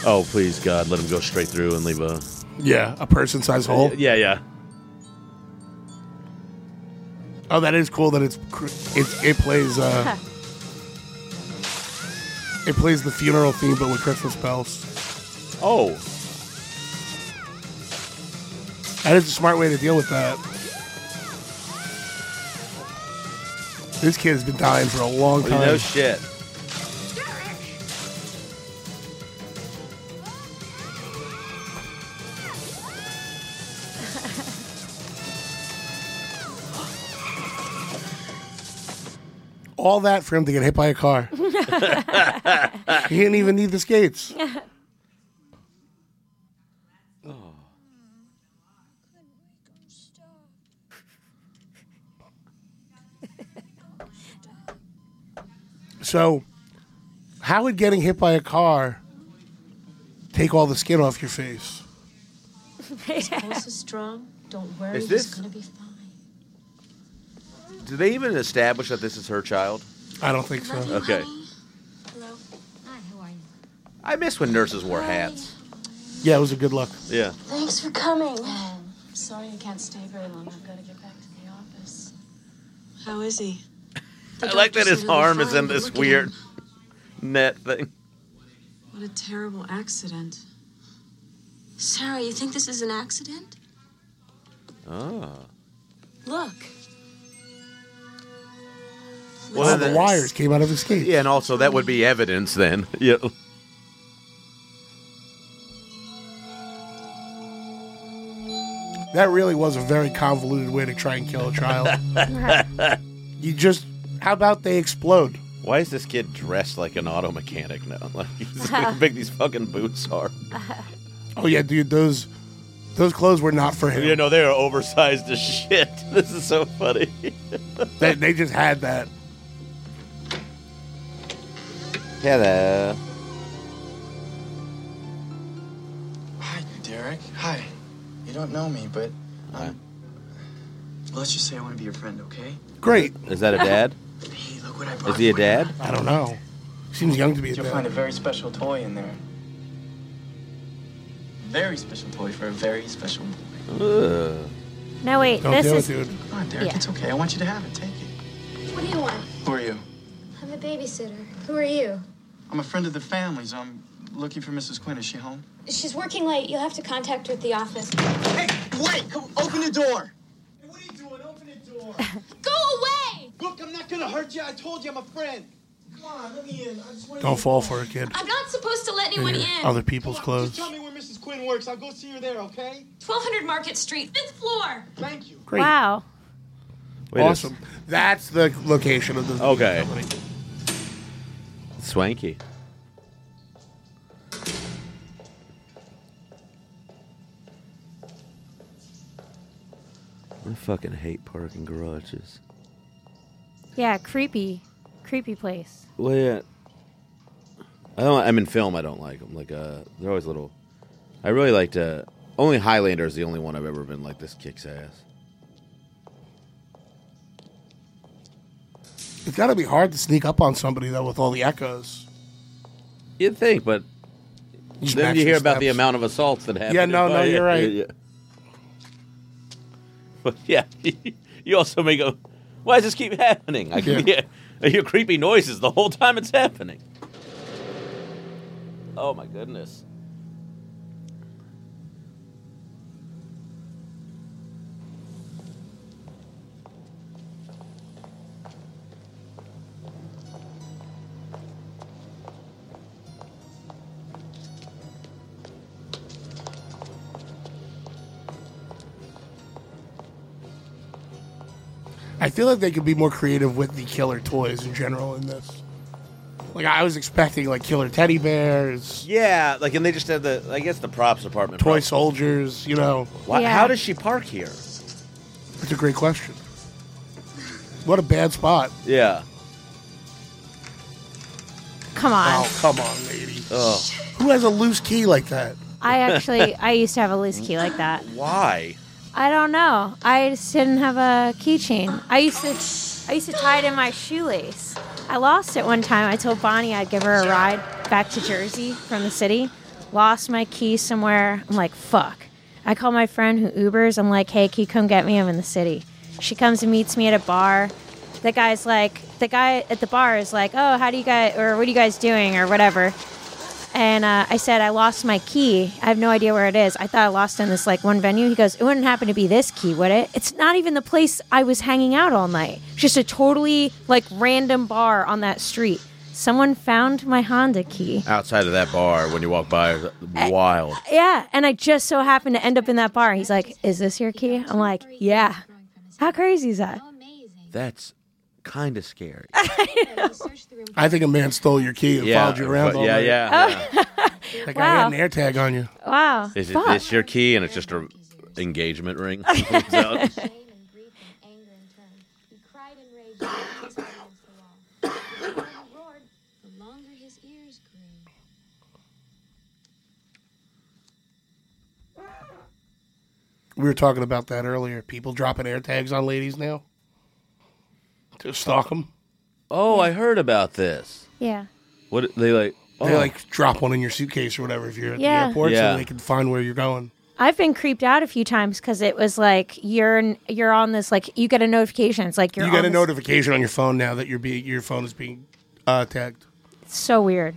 Speaker 6: Oh, please God, let him go straight through and leave a
Speaker 4: Yeah, a person-sized hole.
Speaker 6: Yeah, yeah.
Speaker 4: Oh, that is cool that it's cr- it, it plays uh, it plays the funeral theme but with Christmas bells.
Speaker 6: Oh,
Speaker 4: That is a smart way to deal with that. This kid's been dying for a long
Speaker 6: well,
Speaker 4: time.
Speaker 6: no shit.
Speaker 4: All that for him to get hit by a car. he didn't even need the skates. So, how would getting hit by a car take all the skin off your face?
Speaker 11: His pulse is strong. Don't worry,
Speaker 6: Is
Speaker 11: he's
Speaker 6: this-
Speaker 11: gonna be fine.
Speaker 6: Do they even establish that this is her child?
Speaker 4: I don't think so.
Speaker 6: Okay.
Speaker 11: Hello. Hi, how are you?
Speaker 6: I miss when nurses wore hats.
Speaker 4: Yeah, it was a good luck.
Speaker 6: Yeah.
Speaker 11: Thanks for coming. I'm sorry I can't stay very long. I've got to get back to the office. How is he? The
Speaker 6: I like that
Speaker 11: doctor
Speaker 6: his
Speaker 11: said he'll be
Speaker 6: arm is
Speaker 11: fine,
Speaker 6: in
Speaker 11: but
Speaker 6: this
Speaker 11: look at
Speaker 6: weird
Speaker 11: him.
Speaker 6: net thing.
Speaker 11: What a terrible accident. Sarah, you think this is an accident?
Speaker 6: Oh.
Speaker 11: Look.
Speaker 6: Well,
Speaker 4: all
Speaker 6: then
Speaker 4: the
Speaker 6: that-
Speaker 4: wires came out of his skates.
Speaker 6: Yeah, and also that would be evidence then. Yeah.
Speaker 4: That really was a very convoluted way to try and kill a child.
Speaker 6: [laughs]
Speaker 4: you just, how about they explode?
Speaker 6: Why is this kid dressed like an auto mechanic now? [laughs] Like, he's- how big these fucking boots are.
Speaker 4: Oh yeah, dude, those those clothes were not for him.
Speaker 6: You know, they are oversized as shit. [laughs] This is so funny.
Speaker 4: They, they just had that.
Speaker 16: Hello.
Speaker 12: Hi, Derek. Hi. You don't know me, but um, let's just say I want to be your friend, okay?
Speaker 4: Great.
Speaker 6: Is that a dad?
Speaker 12: Hey, look what I brought.
Speaker 6: Is he a
Speaker 12: for
Speaker 6: dad?
Speaker 12: you.
Speaker 4: I don't know. Seems young to be a
Speaker 12: You'll
Speaker 4: dad.
Speaker 12: find a very special toy in there. Very special toy for a very special boy.
Speaker 5: No, wait.
Speaker 12: Don't
Speaker 5: this
Speaker 12: do it,
Speaker 5: is.
Speaker 12: dude. Come on, Derek. It's okay. I want you to have it. Take it.
Speaker 14: What do you want?
Speaker 12: Who are you?
Speaker 14: I'm a babysitter. Who are you?
Speaker 12: I'm a friend of the family, so I'm looking for Mrs. Quinn. Is she home?
Speaker 14: She's working late. You'll have to contact her at the office.
Speaker 12: Hey, wait! Come, open the door!
Speaker 14: Go away!
Speaker 15: Look, I'm not gonna hurt you. I told you I'm a friend. Come on, let me in. I just want
Speaker 4: Don't fall for it, kid.
Speaker 15: I'm not supposed to let
Speaker 4: anyone Yeah, in. other people's clothes.
Speaker 15: Just tell me where Mrs. Quinn works. I'll go see her there, okay?
Speaker 11: 1200 Market Street, fifth floor.
Speaker 15: Thank you.
Speaker 4: Great.
Speaker 5: Wow.
Speaker 6: Wait a Oh. s-
Speaker 4: awesome. That's the location of the
Speaker 6: Okay. Swanky. I fucking hate parking garages.
Speaker 5: Yeah, creepy. Creepy place.
Speaker 6: Well, yeah. I don't. I mean, film. I don't like them. Like, uh, they're always little. I really liked. Uh, only Highlander is the only one I've ever been like. This kicks ass.
Speaker 4: It's got to be hard to sneak up on somebody though with all the echoes.
Speaker 6: You'd think, but then
Speaker 4: Smacks
Speaker 6: you hear
Speaker 4: and
Speaker 6: about the
Speaker 4: snaps.
Speaker 6: amount of assaults that happen.
Speaker 4: Yeah, no, no, you're right.
Speaker 6: [laughs] But yeah, [laughs] you also may go. Why does this keep happening? I can hear, I hear creepy noises the whole time it's happening. Oh my goodness!
Speaker 4: I feel like they could be more creative with the killer toys in general in this. Like I was expecting like killer teddy bears,
Speaker 6: Yeah, like and they just had the. I guess the props department.
Speaker 4: toy soldiers, you know.
Speaker 6: Why, How does she park here?
Speaker 4: That's a great question. What a bad spot.
Speaker 6: Yeah.
Speaker 5: Come on.
Speaker 4: Oh, come on, lady.
Speaker 6: Oh.
Speaker 4: Who has a loose key like that?
Speaker 5: I actually, I used to have a loose key like that.
Speaker 6: Why?
Speaker 5: I don't know. I just didn't have a keychain. I used to, I used to tie it in my shoelace. I lost it one time. I told Bonnie I'd give her a ride back to Jersey from the city. Lost my key somewhere. I'm like, fuck. I call my friend who Ubers. I'm like, hey, can you come get me? I'm in the city. She comes and meets me at a bar. The guy's like, the guy at the bar is like, oh, how do you guys, or what are you guys doing, or whatever and uh, I said I lost my key. I have no idea where it is. I thought I lost it in this like one venue. He goes, "It wouldn't happen to be this key, would it? It's not even the place I was hanging out all night. Just a totally like random bar on that street. Someone found my Honda key.
Speaker 6: Outside of that bar, when you walk by,
Speaker 4: Eh,
Speaker 6: wild.
Speaker 5: Yeah, and I just so happened to end up in that bar. He's like, "Is this your key?" I'm like, "Yeah." How crazy is that?
Speaker 6: That's kind of
Speaker 4: [laughs]
Speaker 6: scary.
Speaker 4: I think a man stole your key and
Speaker 6: Yeah,
Speaker 4: followed you around
Speaker 6: but-
Speaker 4: all
Speaker 6: yeah,
Speaker 4: night.
Speaker 6: yeah.
Speaker 5: Oh,
Speaker 4: Like I
Speaker 5: wow!
Speaker 4: had an air tag on you.
Speaker 5: Wow!
Speaker 6: Is it
Speaker 5: Fuck.
Speaker 6: this your key and it's just a
Speaker 4: [laughs]
Speaker 6: engagement ring? [laughs] Comes out.
Speaker 14: The longer his ears grew.
Speaker 4: We were talking about that earlier. People dropping air tags on ladies now to stalk them.
Speaker 6: oh, I heard about this.
Speaker 5: Yeah.
Speaker 6: What they like? Oh,
Speaker 4: They like drop one in your suitcase or whatever if you're at
Speaker 5: Yeah.
Speaker 4: the airport,
Speaker 6: Yeah.
Speaker 4: so they can find where you're going.
Speaker 5: I've been creeped out a few times because it was like you're you're on this like you get a notification. It's like you're
Speaker 4: you got
Speaker 5: on
Speaker 4: a
Speaker 5: this-
Speaker 4: notification on your phone now that your be- your phone is being uh, tagged.
Speaker 5: It's so weird.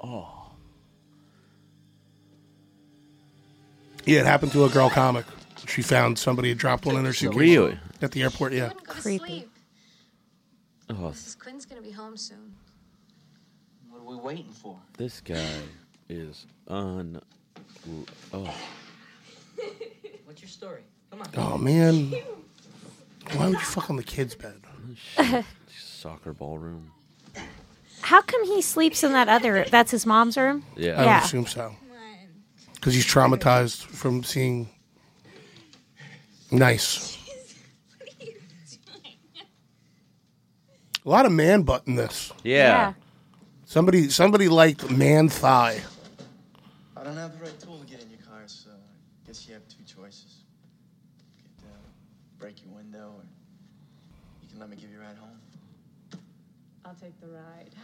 Speaker 6: oh.
Speaker 4: Yeah, it happened to a girl comic. She found somebody had dropped one in her suitcase.
Speaker 6: Really?
Speaker 4: At the airport, yeah.
Speaker 14: Go to sleep.
Speaker 6: oh,
Speaker 14: Mrs. Quinn's gonna be home soon.
Speaker 12: What are we waiting for?
Speaker 6: this guy is unbelievable. Oh.
Speaker 7: What's your story? Come on.
Speaker 4: Oh man, why would you fuck on the kid's bed?
Speaker 6: Soccer ballroom.
Speaker 5: How come he sleeps in that other? That's his mom's room.
Speaker 4: I would assume so. Because he's traumatized from seeing. Nice. A lot of man butt in this.
Speaker 6: Yeah.
Speaker 4: Somebody, somebody liked man thigh.
Speaker 12: I don't have the right tool to get in your car, so I guess you have two choices. You could uh, break your window, or you can let me give you a ride home.
Speaker 11: I'll take the ride.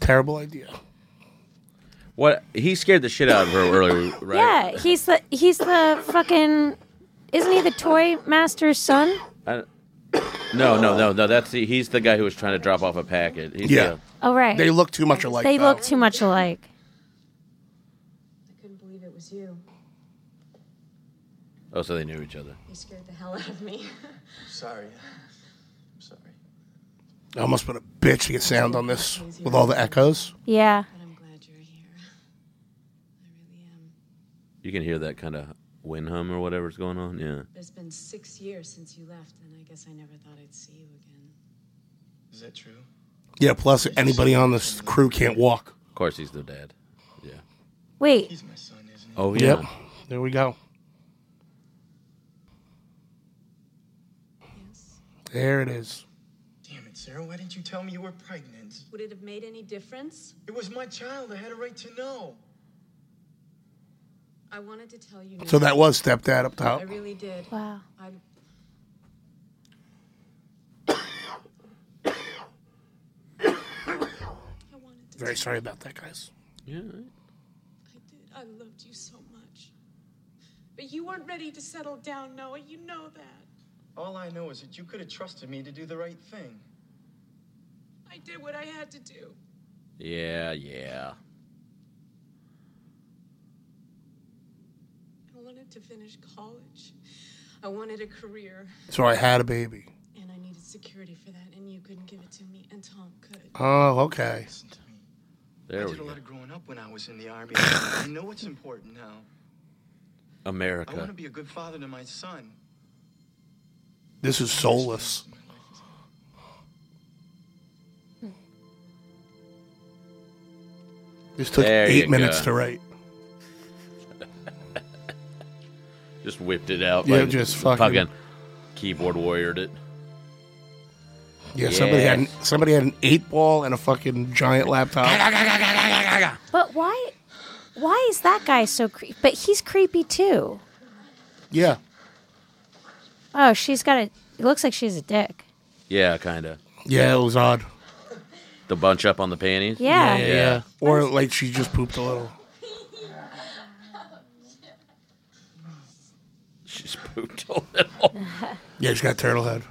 Speaker 4: Terrible idea.
Speaker 6: What he scared the shit out of her earlier, right?
Speaker 5: Yeah, he's the he's the fucking. Isn't he the toy master's son?
Speaker 6: I, no, no, no, no. That's the, he's the guy who was trying to drop off a packet. He's
Speaker 4: Yeah.
Speaker 6: the-
Speaker 5: Oh right.
Speaker 4: They look too much alike.
Speaker 5: they
Speaker 4: though.
Speaker 5: look too much alike.
Speaker 11: I couldn't believe it was you.
Speaker 6: oh, so they knew each other.
Speaker 11: You scared the hell out of me.
Speaker 12: Sorry.
Speaker 4: I must have been a bitch to get sound on this with all the echoes.
Speaker 5: Yeah.
Speaker 6: You can hear that kind of wind hum or whatever's going on. Yeah.
Speaker 11: It's been six years since you left, and I guess I never thought I'd see you again.
Speaker 12: Is that true?
Speaker 4: Yeah. Plus, anybody on this crew can't walk.
Speaker 6: Of course, he's the dad. Yeah.
Speaker 5: Wait.
Speaker 6: Oh yeah.
Speaker 4: Yep. There we go. There it is.
Speaker 12: Damn it, Sarah, why didn't you tell me you were pregnant?
Speaker 11: Would it have made any difference?
Speaker 12: It was my child. I had a right to know.
Speaker 11: I wanted to tell you.
Speaker 4: So
Speaker 11: now.
Speaker 4: that was stepdad up top.
Speaker 11: I really did.
Speaker 5: Wow.
Speaker 11: I,
Speaker 4: Very sorry about that, guys.
Speaker 6: Yeah.
Speaker 11: I loved you so much. But you weren't ready to settle down, Noah. You know that.
Speaker 12: All I know is that you could have trusted me to do the right thing.
Speaker 11: I did what I had to do.
Speaker 6: Yeah. Yeah.
Speaker 11: I wanted to finish college. I wanted a career.
Speaker 4: So I had a baby.
Speaker 11: And I needed security for that, and you couldn't give it to me, and Tom could.
Speaker 4: Oh, okay.
Speaker 6: There
Speaker 12: I
Speaker 6: we
Speaker 12: did a
Speaker 6: go.
Speaker 12: lot of growing up when I was in the army. I know what's important now. I want
Speaker 6: America.
Speaker 12: to be a good father to my son.
Speaker 4: This is soulless. This took
Speaker 6: There you
Speaker 4: eight minutes
Speaker 6: go.
Speaker 4: to write.
Speaker 6: Just whipped it out.
Speaker 4: Yeah,
Speaker 6: like,
Speaker 4: just fucking-
Speaker 6: keyboard warriored it.
Speaker 4: Yeah, somebody had an,
Speaker 6: Yes.
Speaker 4: somebody had an eight ball and a fucking giant laptop.
Speaker 5: But why? Why is that guy so creepy? But he's creepy too.
Speaker 4: yeah,
Speaker 5: Oh, she's got a. It looks like she's a dick.
Speaker 6: Yeah, kind of.
Speaker 4: yeah, it was odd.
Speaker 6: The bunch up on the panties. [laughs]
Speaker 5: Yeah. Yeah,
Speaker 4: Or like she just pooped a little.
Speaker 6: She's pooped a little.
Speaker 4: Yeah, she got turtle head.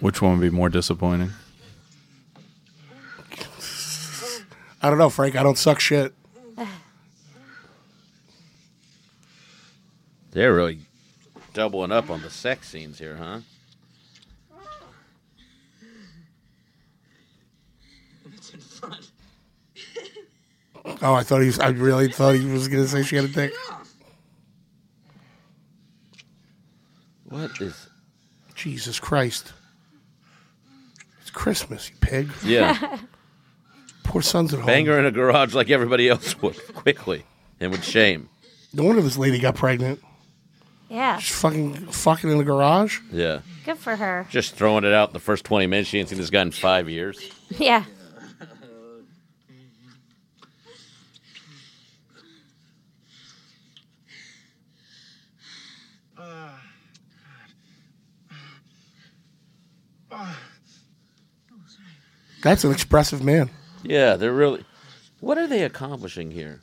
Speaker 13: Which one would be more disappointing?
Speaker 4: I don't know, Frank. I don't suck shit.
Speaker 6: They're really doubling up on the sex scenes here, huh?
Speaker 7: It's in front.
Speaker 4: Oh, I thought he was. I really thought he was gonna say she had a dick.
Speaker 6: What is?
Speaker 4: Jesus Christ! It's Christmas, you pig.
Speaker 6: Yeah.
Speaker 4: Poor son's at home.
Speaker 6: Bang her in a garage like everybody else would, quickly and with shame.
Speaker 4: No wonder this lady got pregnant.
Speaker 5: Yeah.
Speaker 4: She's fucking fucking in the garage.
Speaker 6: Yeah.
Speaker 5: Good for her.
Speaker 6: Just throwing it out the first 20 minutes. She ain't seen this guy in five years.
Speaker 5: Yeah.
Speaker 4: That's an expressive man.
Speaker 6: Yeah, they're really. What are they accomplishing here?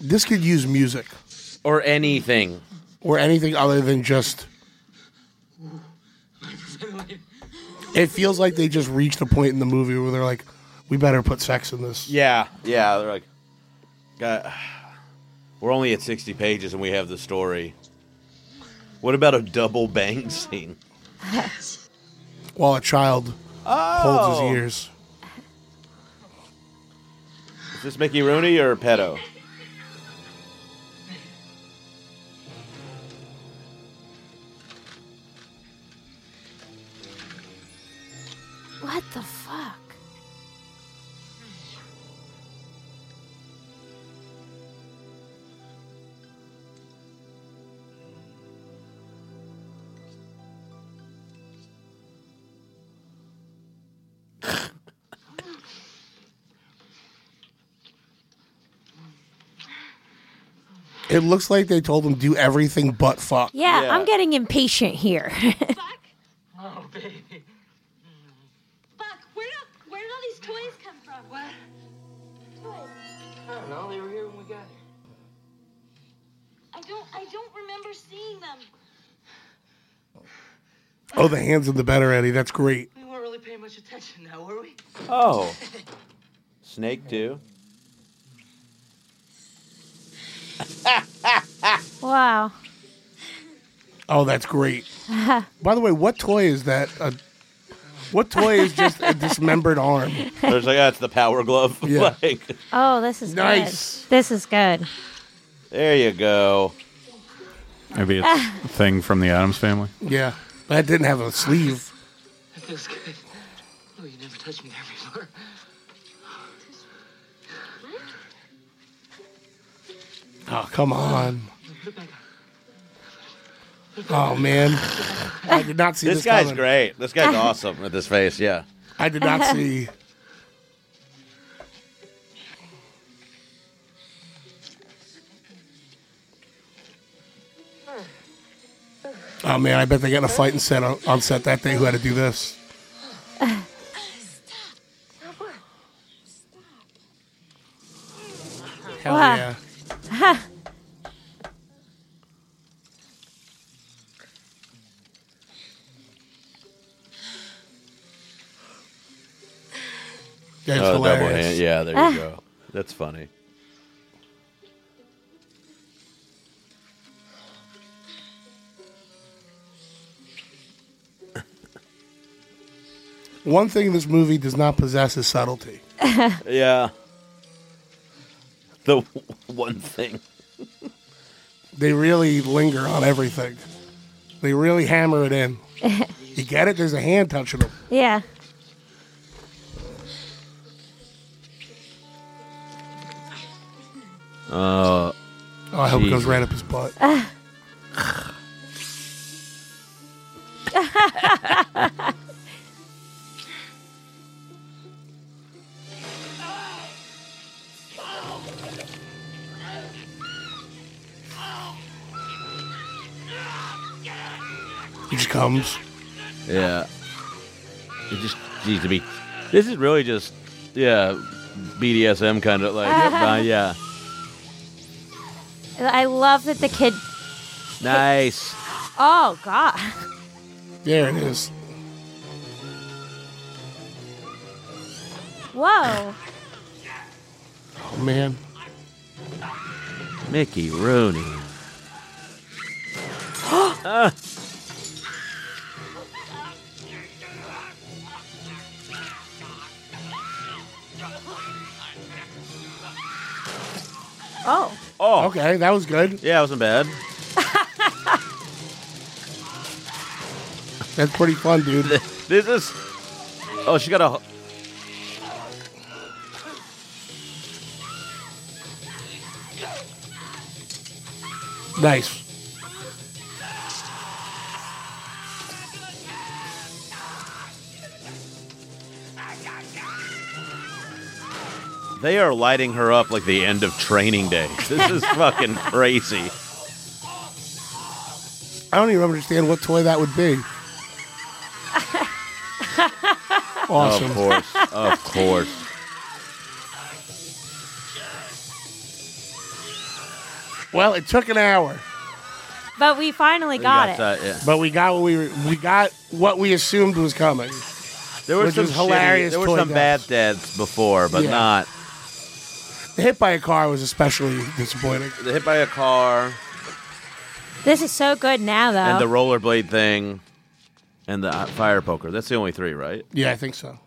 Speaker 4: This could use music
Speaker 6: Or anything.
Speaker 4: or anything other than just. It feels like they just reached a point in the movie where they're like, "We better put sex in this."
Speaker 6: Yeah, yeah. They're like, God, we're only at 60 pages and we have the story. What about a double bang scene?
Speaker 4: While a child holds his
Speaker 6: Oh.
Speaker 4: ears.
Speaker 6: Is this Mickey Rooney or pedo?
Speaker 5: What the fuck?
Speaker 4: It looks like they told him do everything but fuck.
Speaker 5: Yeah, I'm getting impatient here. [laughs]
Speaker 15: Oh, baby. Buck, where did, where did all these toys come from? What? Toys.
Speaker 7: I don't know. They were here when we got here.
Speaker 15: I don't, I don't remember seeing them.
Speaker 4: Oh, the hands in the bed already. That's great.
Speaker 7: We weren't really paying much attention now, were we?
Speaker 6: Oh. Snake too.
Speaker 5: wow.
Speaker 4: Oh, that's great. By the way, what toy is that? A, what toy is just a dismembered arm?
Speaker 6: There's like that's the power glove.
Speaker 4: [laughs] Yeah.
Speaker 6: [laughs] like
Speaker 5: Oh, this is
Speaker 4: Nice.
Speaker 5: Good. This is good.
Speaker 6: there you go.
Speaker 13: Maybe it's
Speaker 5: Ah.
Speaker 13: a thing from the Adams family.
Speaker 4: Yeah, that didn't have a sleeve.
Speaker 7: That feels good. Oh, you never touched me there before.
Speaker 4: Oh, come on. Oh man, I did not see
Speaker 6: This,
Speaker 4: this,
Speaker 6: guy's
Speaker 4: coming.
Speaker 6: great. This guy's awesome with this face. Yeah.
Speaker 4: I did not see. Oh man, I bet they got in a fight and set on, on set that day. Who had to do this? Hell
Speaker 5: Wow.
Speaker 4: yeah! That's
Speaker 6: Oh, double
Speaker 4: hilarious.
Speaker 6: hand. Yeah, there you
Speaker 5: Ah.
Speaker 6: go. That's funny.
Speaker 4: One thing this movie does not possess is subtlety.
Speaker 6: Yeah. The [laughs] w- one thing.
Speaker 4: They really linger on everything. They really hammer it in. you get it? There's a hand touching them.
Speaker 5: Yeah.
Speaker 6: Uh,
Speaker 4: Oh, I hope it goes
Speaker 6: Jesus.
Speaker 4: right up his butt. He just comes.
Speaker 6: Yeah. It just needs to be. This is really just, yeah, BDSM kind of like.
Speaker 5: Uh-huh.
Speaker 6: uh, yeah.
Speaker 5: I love that the kid.
Speaker 6: Nice.
Speaker 5: Oh God. [laughs]
Speaker 4: There it is.
Speaker 5: Whoa.
Speaker 4: Oh man.
Speaker 6: Mickey Rooney. Ah.
Speaker 5: Oh.
Speaker 6: Oh.
Speaker 4: Okay, that was good.
Speaker 6: Yeah, it wasn't bad.
Speaker 4: That's pretty fun, dude.
Speaker 6: This is. Oh, she got a.
Speaker 4: nice.
Speaker 6: They are lighting her up like the end of training day. This is fucking crazy.
Speaker 4: I don't even understand what toy that would be. Awesome.
Speaker 6: Of course.
Speaker 4: [laughs]
Speaker 6: Of course.
Speaker 4: Well, it took an hour,
Speaker 5: But we finally got, it.
Speaker 6: that, yeah.
Speaker 4: but we got what we were, we got what we assumed was coming.
Speaker 6: There were
Speaker 4: Which
Speaker 6: some
Speaker 4: was hilarious
Speaker 6: Shitty, there were
Speaker 4: toy
Speaker 6: some bad dads before, but
Speaker 4: Yeah.
Speaker 6: not
Speaker 4: The hit by a car was especially disappointing.
Speaker 6: the hit by a car
Speaker 5: This is so good now, though.
Speaker 4: Uh-huh.
Speaker 6: and the rollerblade thing and the uh, fire poker. That's the only three, right?
Speaker 4: Yeah, I think so.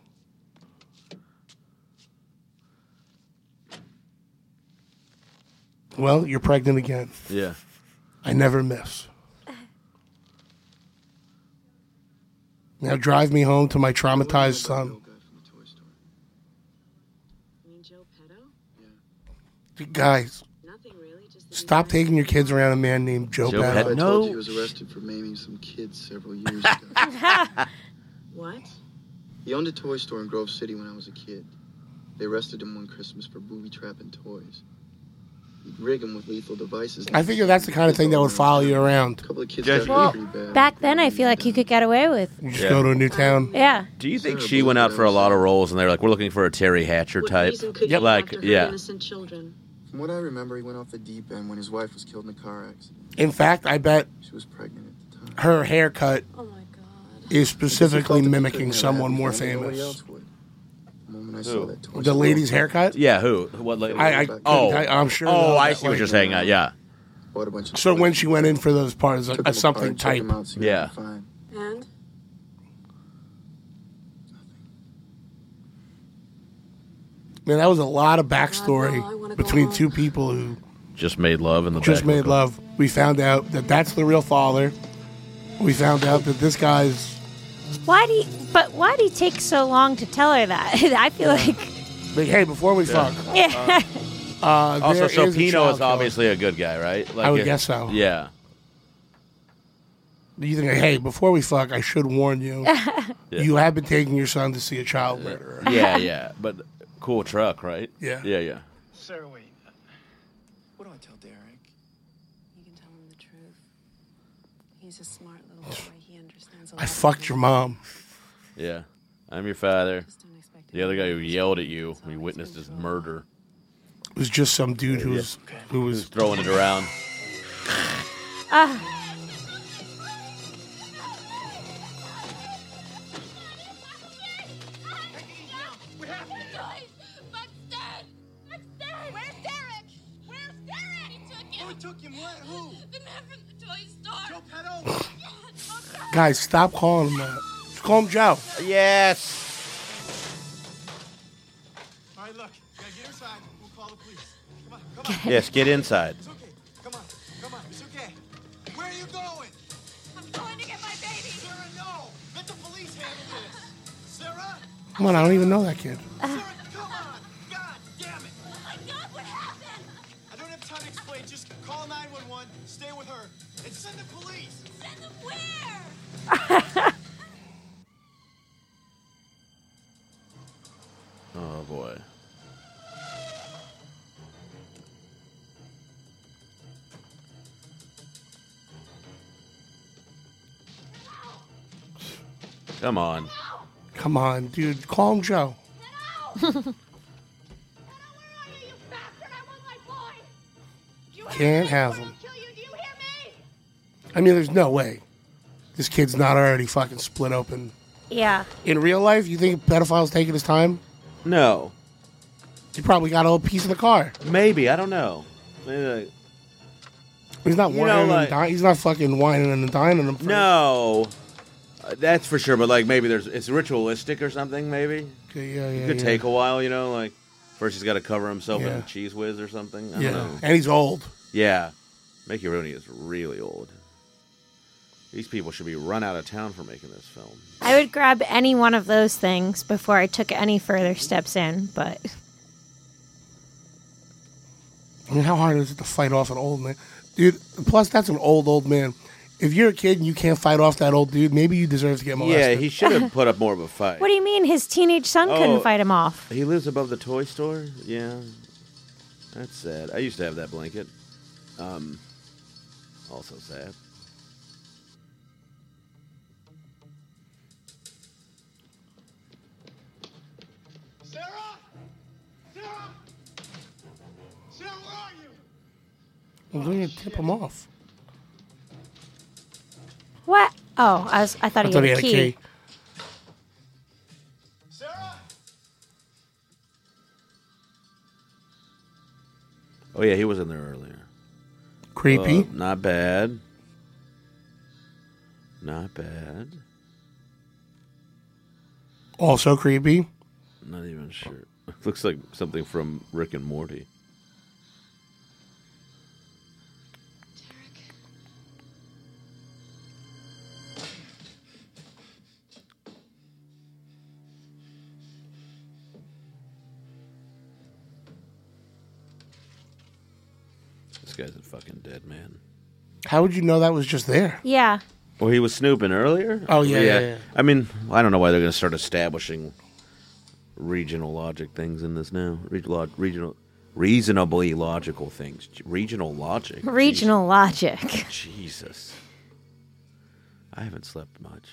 Speaker 4: Well, you're pregnant again.
Speaker 6: Yeah.
Speaker 4: I never miss. Now drive me home to my traumatized son. Guys, stop taking your kids around a man named Joe,
Speaker 6: Joe
Speaker 4: Padula.
Speaker 6: Pad-
Speaker 12: I
Speaker 6: No.
Speaker 12: told you he was arrested for maiming some kids several years ago.
Speaker 15: What?
Speaker 12: he owned a toy store in Grove City when I was a kid. They arrested him one Christmas for booby trapping toys. He'd rig him with lethal devices.
Speaker 4: I figure that's the kind of thing that would follow you around.
Speaker 12: couple of kids
Speaker 6: Jesse-
Speaker 12: got
Speaker 6: Well,
Speaker 12: hit pretty bad.
Speaker 5: Back then, I feel like you could get away with.
Speaker 4: You just go to a new town.
Speaker 5: Yeah.
Speaker 6: Do you think she went out for a lot of roles and they're like, we're looking for a Terry Hatcher type? Like, yeah.
Speaker 12: Innocent children. From what I remember, he went off the deep end when his wife was killed in a car accident.
Speaker 4: In fact, I bet
Speaker 12: She was pregnant.
Speaker 4: her haircut is specifically mimicking someone more
Speaker 12: Nobody
Speaker 4: famous.
Speaker 12: else would. The moment I saw that toy
Speaker 4: The
Speaker 12: store-
Speaker 4: lady's haircut?
Speaker 6: Yeah, who? What lady?
Speaker 4: I- I-
Speaker 6: oh,
Speaker 4: I- I'm sure
Speaker 6: Oh,
Speaker 4: though
Speaker 6: I
Speaker 4: that,
Speaker 6: see what
Speaker 4: like-
Speaker 6: you're saying. Uh, yeah.
Speaker 12: Bought a bunch of
Speaker 4: So when she went in for those parts, a, a something type.
Speaker 6: Yeah.
Speaker 15: And?
Speaker 4: Man, that was a lot of backstory between two people who
Speaker 6: Just made love in the
Speaker 4: just
Speaker 6: back.
Speaker 4: made love. We found out that that's the real father. We found out that this guy's
Speaker 5: Why do? But why do he take so long to tell her that? [laughs] I feel like.
Speaker 4: like, hey, before we
Speaker 6: Yeah.
Speaker 4: fuck.
Speaker 5: Yeah.
Speaker 4: Uh,
Speaker 6: Also,
Speaker 4: there
Speaker 6: so
Speaker 4: is a
Speaker 6: Pino
Speaker 4: child
Speaker 6: is obviously a good guy, right?
Speaker 4: would
Speaker 6: it-
Speaker 4: guess so.
Speaker 6: Yeah.
Speaker 4: killer. You think, hey, before we fuck, I should warn you. You have been taking your son to see a child murderer.
Speaker 6: Yeah, yeah. But cool truck, right?
Speaker 4: Yeah.
Speaker 6: Yeah, yeah.
Speaker 12: Sir, wait. What do I tell Derek?
Speaker 15: You can tell him the truth. He's a smart little boy. He understands a lot.
Speaker 4: I fucked your mom.
Speaker 6: Yeah. I'm your father. The other guy who yelled at you, when you witnessed his murder,
Speaker 4: It was just some dude who was who was
Speaker 6: throwing it around.
Speaker 5: Ah.
Speaker 15: What happened? Guys, Buck's dead. Buck's dead. Where's Derek? Where's Derek? He took him. Who took him? What? Who? The man from the toy store. Joe Petto.
Speaker 4: Guys, stop calling him that. Just call him Joe.
Speaker 6: Yes.
Speaker 12: All right, look. Yeah, get inside. We'll call the police. Come on, come
Speaker 6: Yes, get inside.
Speaker 12: Come on, come on. It's okay. Where are you going? I'm going to get my baby. Sarah, no. Let the police handle this. Sarah,
Speaker 4: Come on, I don't even know that kid.
Speaker 12: come on. God damn it. Oh my God, what happened? I don't have time to explain. Just call 911. Stay with her and send the police. Send them where?
Speaker 6: Oh, boy. Come on.
Speaker 4: Come on, dude. Call him Joe. Can't have him. I mean, there's no way this kid's not already fucking split open.
Speaker 5: Yeah.
Speaker 4: In real life, you think a pedophile's taking his time?
Speaker 6: No.
Speaker 4: He probably got a little piece of the car.
Speaker 6: Maybe. I don't know. Maybe like-
Speaker 4: He's not
Speaker 6: You
Speaker 4: whining
Speaker 6: know, like-
Speaker 4: and di- He's not fucking whining and dining him.
Speaker 6: No, Uh, that's for sure. But like maybe there's it's ritualistic or something. Maybe
Speaker 4: Okay, yeah, yeah,
Speaker 6: it could
Speaker 4: yeah.
Speaker 6: take a while. You know, like first he's got to cover himself
Speaker 4: Yeah.
Speaker 6: in cheese whiz or something. I
Speaker 4: Yeah.
Speaker 6: don't know.
Speaker 4: And he's old.
Speaker 6: Yeah, Mickey Rooney is really old. These people should be run out of town for making this film.
Speaker 5: I would grab any one of those things before I took any further steps in, but
Speaker 4: I mean, how hard is it to fight off an old man? Dude, plus that's an old, old man. If you're a kid and you can't fight off that old dude, maybe you deserve to get molested.
Speaker 6: Yeah, he
Speaker 4: [laughs]
Speaker 6: should have put up more of a fight.
Speaker 5: what do you mean his teenage son
Speaker 6: Oh.
Speaker 5: couldn't fight him off?
Speaker 6: He lives above the toy store. Yeah, that's sad. I used to have that blanket. Um, also sad.
Speaker 12: Sarah? Sarah? Sarah, where are you?
Speaker 4: I'm going to tip him off.
Speaker 5: What? Oh, I, was, I thought,
Speaker 4: I
Speaker 5: he,
Speaker 4: thought
Speaker 5: had
Speaker 4: he had a key.
Speaker 6: Oh yeah, he was in there earlier.
Speaker 4: Creepy.
Speaker 6: Uh, not bad. Not bad.
Speaker 4: Also creepy.
Speaker 6: [laughs] Not even sure. Looks like something from Rick and Morty. This guy's a fucking dead man.
Speaker 4: How would you know that was just there?
Speaker 5: Yeah.
Speaker 6: Well, he was snooping earlier.
Speaker 4: Oh, yeah, yeah, yeah.
Speaker 6: I mean, I don't know why they're going to start establishing regional logic things in this now. Reg- lo- regional, reasonably logical things. Regional logic.
Speaker 5: Regional logic. [laughs]
Speaker 6: Jesus. I haven't slept much.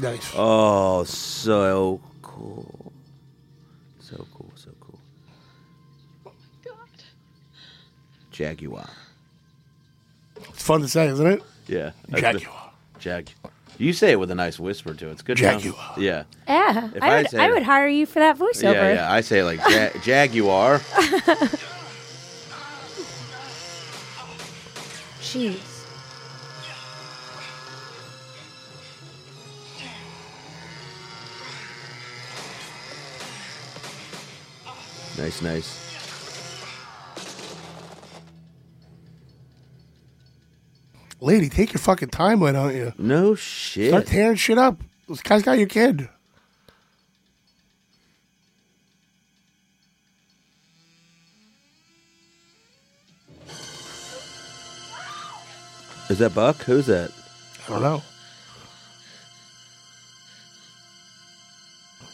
Speaker 4: Nice.
Speaker 6: Oh, so cool. So cool, so cool. Jaguar.
Speaker 4: It's fun to say, isn't it?
Speaker 6: Yeah.
Speaker 4: Jaguar.
Speaker 6: Jag. You say it with a nice whisper to it. It's good. to know.
Speaker 4: Jaguar.
Speaker 6: Yeah.
Speaker 5: Yeah.
Speaker 6: If
Speaker 5: I
Speaker 6: I
Speaker 5: would,
Speaker 6: say
Speaker 5: I
Speaker 6: it-
Speaker 5: would hire you for that voiceover.
Speaker 6: Yeah, yeah. I say it like ja-
Speaker 4: [laughs]
Speaker 6: Jaguar.
Speaker 5: Jeez.
Speaker 6: Nice, nice.
Speaker 4: Lady, take your fucking time, why don't you?
Speaker 6: No shit.
Speaker 4: Start tearing shit up. This guy's got your kid.
Speaker 6: Is that Buck? Who's that?
Speaker 4: I don't know.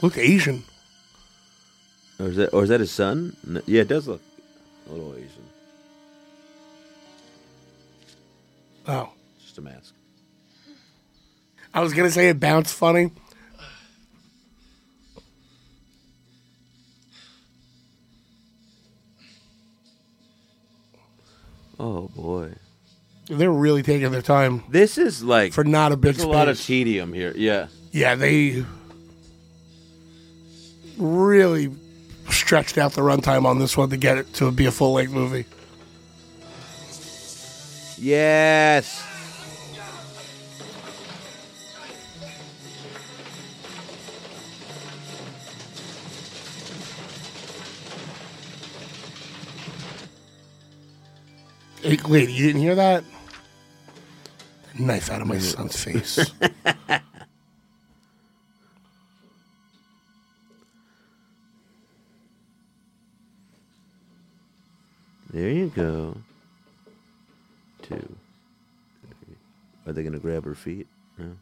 Speaker 4: Look Asian.
Speaker 6: Or is that or is that his son? No, yeah, it does look a little Asian.
Speaker 4: Oh.
Speaker 6: Just a mask.
Speaker 4: I was gonna say it bounced funny.
Speaker 6: Oh boy.
Speaker 4: They're really taking their time.
Speaker 6: This is like
Speaker 4: for not a big
Speaker 6: There's a lot of
Speaker 4: space.
Speaker 6: tedium here. Yeah.
Speaker 4: Yeah, they really stretched out the runtime on this one to get it to be a full length movie.
Speaker 6: Yes.
Speaker 4: Hey, lady, you didn't hear that? Knife out of my [laughs] son's face.
Speaker 6: There you go. Two. three. Are they gonna grab her feet? No.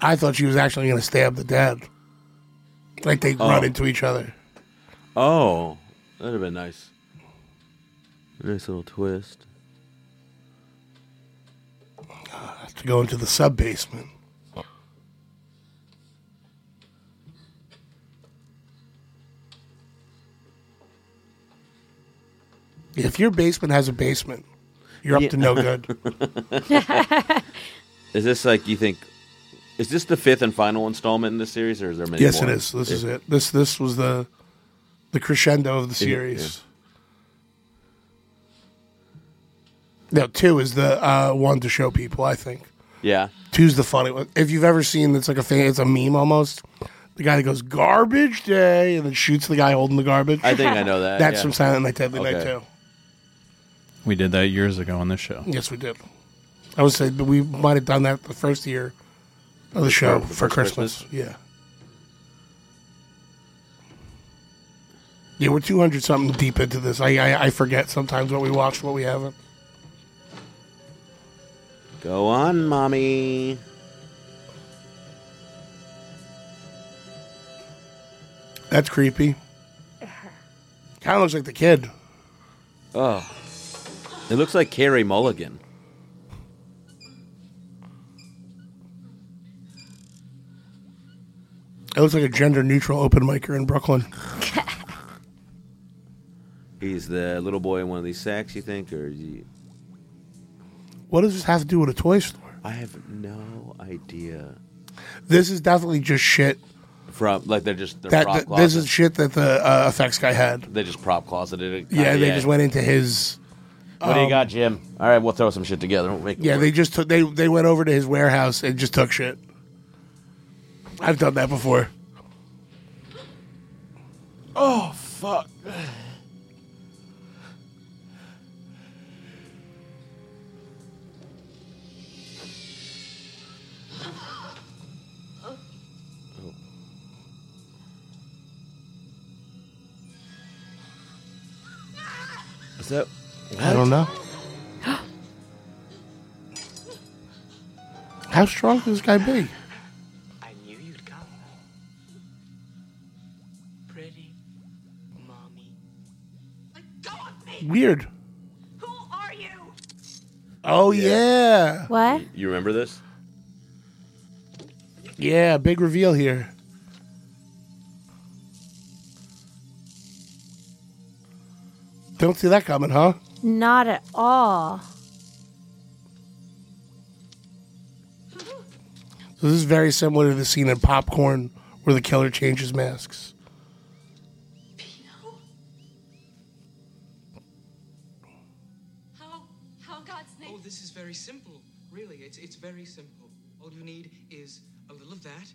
Speaker 4: I thought she was actually going to stab the dad. Like they
Speaker 6: Oh.
Speaker 4: run into each other.
Speaker 6: Oh, that'd have been nice. Nice little twist.
Speaker 4: to go into the sub basement. If your basement has a basement, you're up to no
Speaker 6: [laughs]
Speaker 4: good.
Speaker 6: Is this like you think? Is this the fifth and final installment in this series, or is there many?
Speaker 4: yes, it
Speaker 6: more?
Speaker 4: is. This is it. This this was the the crescendo of the
Speaker 6: Yeah, yeah.
Speaker 4: series. No, two is the uh, one to show people. I think
Speaker 6: Yeah.
Speaker 4: two's the funny one. If you've ever seen, it's like a fan, it's a meme almost. The guy that goes garbage day and then shoots the guy holding the garbage.
Speaker 6: I think I know
Speaker 4: [laughs]
Speaker 6: that,
Speaker 4: That's
Speaker 6: yeah.
Speaker 4: from Silent Night, Deadly Night
Speaker 6: Okay.
Speaker 4: too.
Speaker 13: We did that years ago on this show.
Speaker 4: Yes, we did. I would say that we might have done that the first year of the show
Speaker 13: For-
Speaker 4: for
Speaker 13: for
Speaker 4: Christmas.
Speaker 13: Christmas?
Speaker 4: Yeah. Yeah, we're 200 something deep into this. I, I I forget sometimes what we watched, what we haven't.
Speaker 6: Go on, mommy.
Speaker 4: That's creepy. Kind of looks like the kid.
Speaker 6: Oh, it looks like Carrie Mulligan.
Speaker 4: It looks like a gender neutral open micer in Brooklyn.
Speaker 6: He's the little boy in one of these sacks. You think, or you,
Speaker 4: What does this have to do with a toy store?
Speaker 6: I have no idea.
Speaker 4: This is definitely just shit.
Speaker 6: From like they're just they're
Speaker 4: That,
Speaker 6: prop
Speaker 4: that- this is
Speaker 6: closet.
Speaker 4: shit that the uh, effects guy had.
Speaker 6: they just prop closeted. it.
Speaker 4: Yeah,
Speaker 6: Kinda,
Speaker 4: they just went into his.
Speaker 6: What do you
Speaker 4: um,
Speaker 6: got, Jim? All right, we'll throw some shit together. We'll make it
Speaker 4: Yeah,
Speaker 6: work.
Speaker 4: they just took they they went over to his warehouse and just took shit. I've done that before.
Speaker 15: Oh, fuck.
Speaker 17: that?
Speaker 4: I don't know. How strong could this guy be?
Speaker 7: I knew you'd come. Pretty mommy.
Speaker 4: Weird. Oh yeah.
Speaker 5: What?
Speaker 6: You remember this?
Speaker 4: Yeah, big reveal here. Don't see that coming, huh?
Speaker 5: Not at all.
Speaker 4: So this is very similar to the scene in Popcorn where the killer changes masks.
Speaker 15: How? How God's name?
Speaker 7: Oh, this is very simple. Really, it's it's very simple. All you need is a little of that,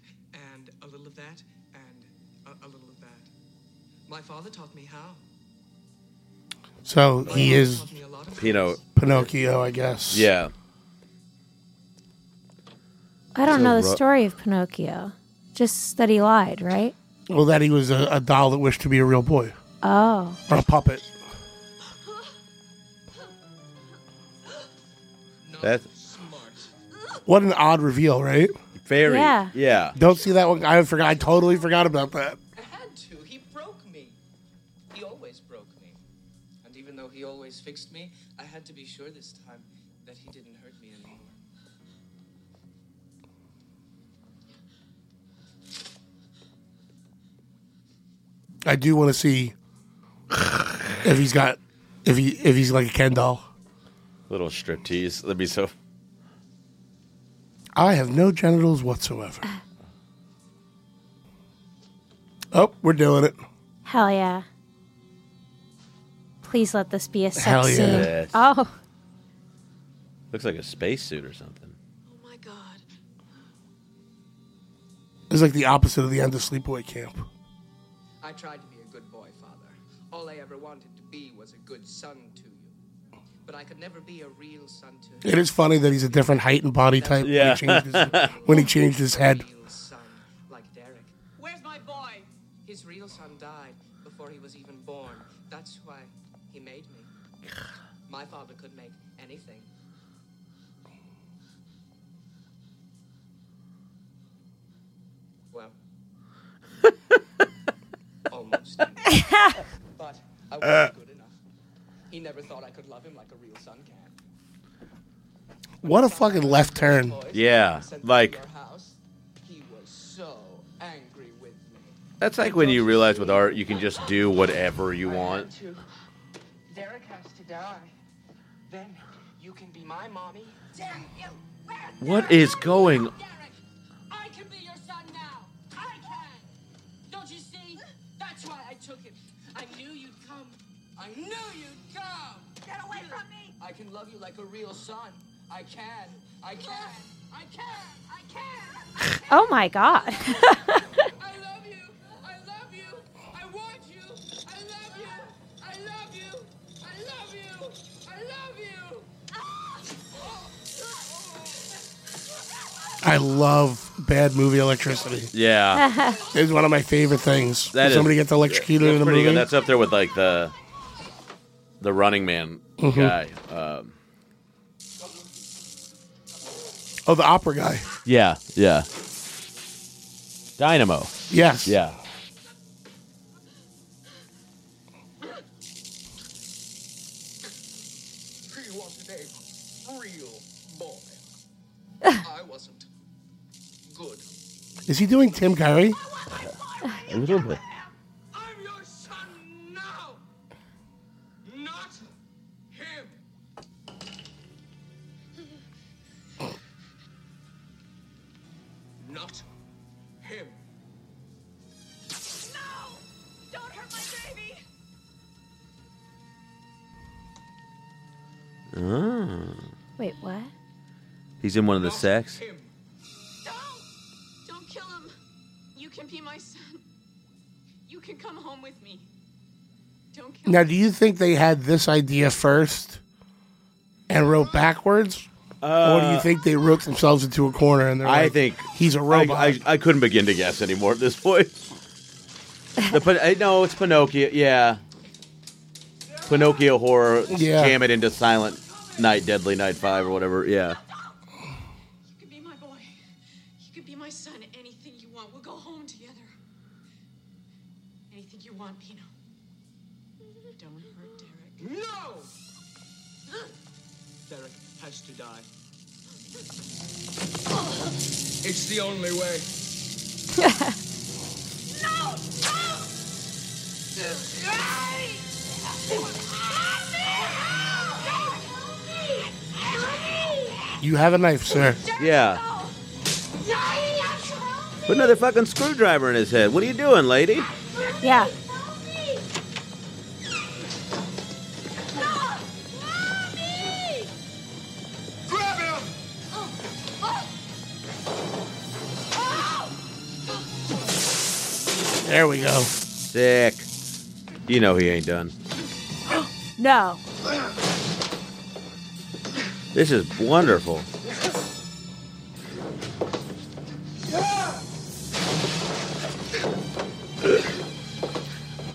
Speaker 7: and a little of that, and a, a little of that. My father taught me how.
Speaker 4: So he
Speaker 7: Mm.
Speaker 4: is
Speaker 6: Pino.
Speaker 4: Pinocchio, I guess.
Speaker 6: Yeah.
Speaker 5: I don't
Speaker 4: So
Speaker 5: know the
Speaker 4: ru-
Speaker 5: story of Pinocchio. Just that he lied, right?
Speaker 4: Well, that he was a, a doll that wished to be a real boy
Speaker 5: Oh.
Speaker 4: or a puppet.
Speaker 6: That's
Speaker 4: What an odd reveal, right?
Speaker 6: very.
Speaker 7: Yeah.
Speaker 6: yeah.
Speaker 4: Don't see that one. I forgot. I totally forgot about that.
Speaker 7: I had to. He broke me. He always broke me. And even though he always fixed me, I had to be sure this time that he didn't hurt me anymore.
Speaker 4: I do want to see if he's got if he if he's like a Ken doll.
Speaker 6: Little striptease. That'd be so.
Speaker 4: I have no genitals
Speaker 6: [sighs]
Speaker 4: whatsoever. Oh, we're doing it.
Speaker 5: Hell yeah. Please let this be a sex
Speaker 6: Hell yeah.
Speaker 5: scene.
Speaker 6: Yes.
Speaker 5: Oh.
Speaker 6: Looks like a spacesuit or something.
Speaker 4: It's like the opposite of the end of sleepaway camp.
Speaker 7: I tried to be a good boy, Father. All I ever wanted to be was a good son to you. But I could never be a real son to you.
Speaker 4: It is funny that he's a different height and body type
Speaker 7: Yeah.
Speaker 4: when, he changed his,
Speaker 6: [laughs]
Speaker 4: when he changed his head.
Speaker 7: Like Derek. Where's my boy? His real son died before he was even born. That's why he made me. My father could make anything.
Speaker 4: [laughs]
Speaker 7: Well, almost. but I
Speaker 4: Uh.
Speaker 7: wasn't good enough. He never thought I could love him like a real son can.
Speaker 4: What a fucking left turn.
Speaker 6: Yeah. Like
Speaker 7: He was so angry with me.
Speaker 6: that's like when you realize with art you can just do whatever you want.
Speaker 7: To Derek has to die. Then you can be my mommy. Damn you!
Speaker 6: What is going?
Speaker 15: I can be your son now. I can. Don't you see? That's why I took him. I knew you'd come.
Speaker 7: I knew you'd come. Get away from me! I can love you like a real son. I can. I can. I can. I can.
Speaker 5: Oh my god. [laughs]
Speaker 4: I love bad movie electricity.
Speaker 6: Yeah.
Speaker 4: It's one of my favorite things.
Speaker 6: That
Speaker 4: When
Speaker 6: is-
Speaker 4: somebody gets electrocuted
Speaker 6: that's
Speaker 4: in a
Speaker 6: pretty
Speaker 4: movie.
Speaker 6: good. That's up there with like the the Running Man
Speaker 4: Mhm.
Speaker 6: guy. Um,
Speaker 4: Oh, the opera guy.
Speaker 6: yeah. Yeah. Dynamo.
Speaker 4: Yes.
Speaker 6: Yeah.
Speaker 7: He wasn't a real boy. I wasn't good.
Speaker 4: Is he doing Tim Curry?
Speaker 6: A little bit.
Speaker 7: [laughs] I'm your son now. Not [laughs] him. Not him.
Speaker 15: Don't hurt my baby.
Speaker 6: Oh.
Speaker 5: Wait, what?
Speaker 6: He's in one of the sex.
Speaker 15: Don't kill him. You can be my son. You can come home with me. Don't kill
Speaker 4: Now, do you think they had this idea first and wrote backwards? or do you
Speaker 6: Uh,
Speaker 4: think they wrote themselves into a corner and they're
Speaker 6: I
Speaker 4: like,
Speaker 6: think
Speaker 4: he's a robot?
Speaker 6: I, I, I couldn't begin to guess anymore at this point. the, Pin- I- no, it's Pinocchio. Yeah. Pinocchio horror,
Speaker 4: Yeah.
Speaker 6: jam it into Silent Night, Deadly Night Five, or whatever. Yeah.
Speaker 11: You could be my son, anything you want. We'll go home together. Anything you want, Pino. Don't hurt Derek.
Speaker 7: No! Derek has to die. It's the only way.
Speaker 4: You have a knife, sir.
Speaker 6: Yeah. Put another fucking screwdriver in his head. What are you doing, lady?
Speaker 5: Yeah.
Speaker 7: Grab him! Oh. Oh.
Speaker 4: There we go.
Speaker 6: Sick. You know he ain't done.
Speaker 5: No.
Speaker 6: This is wonderful.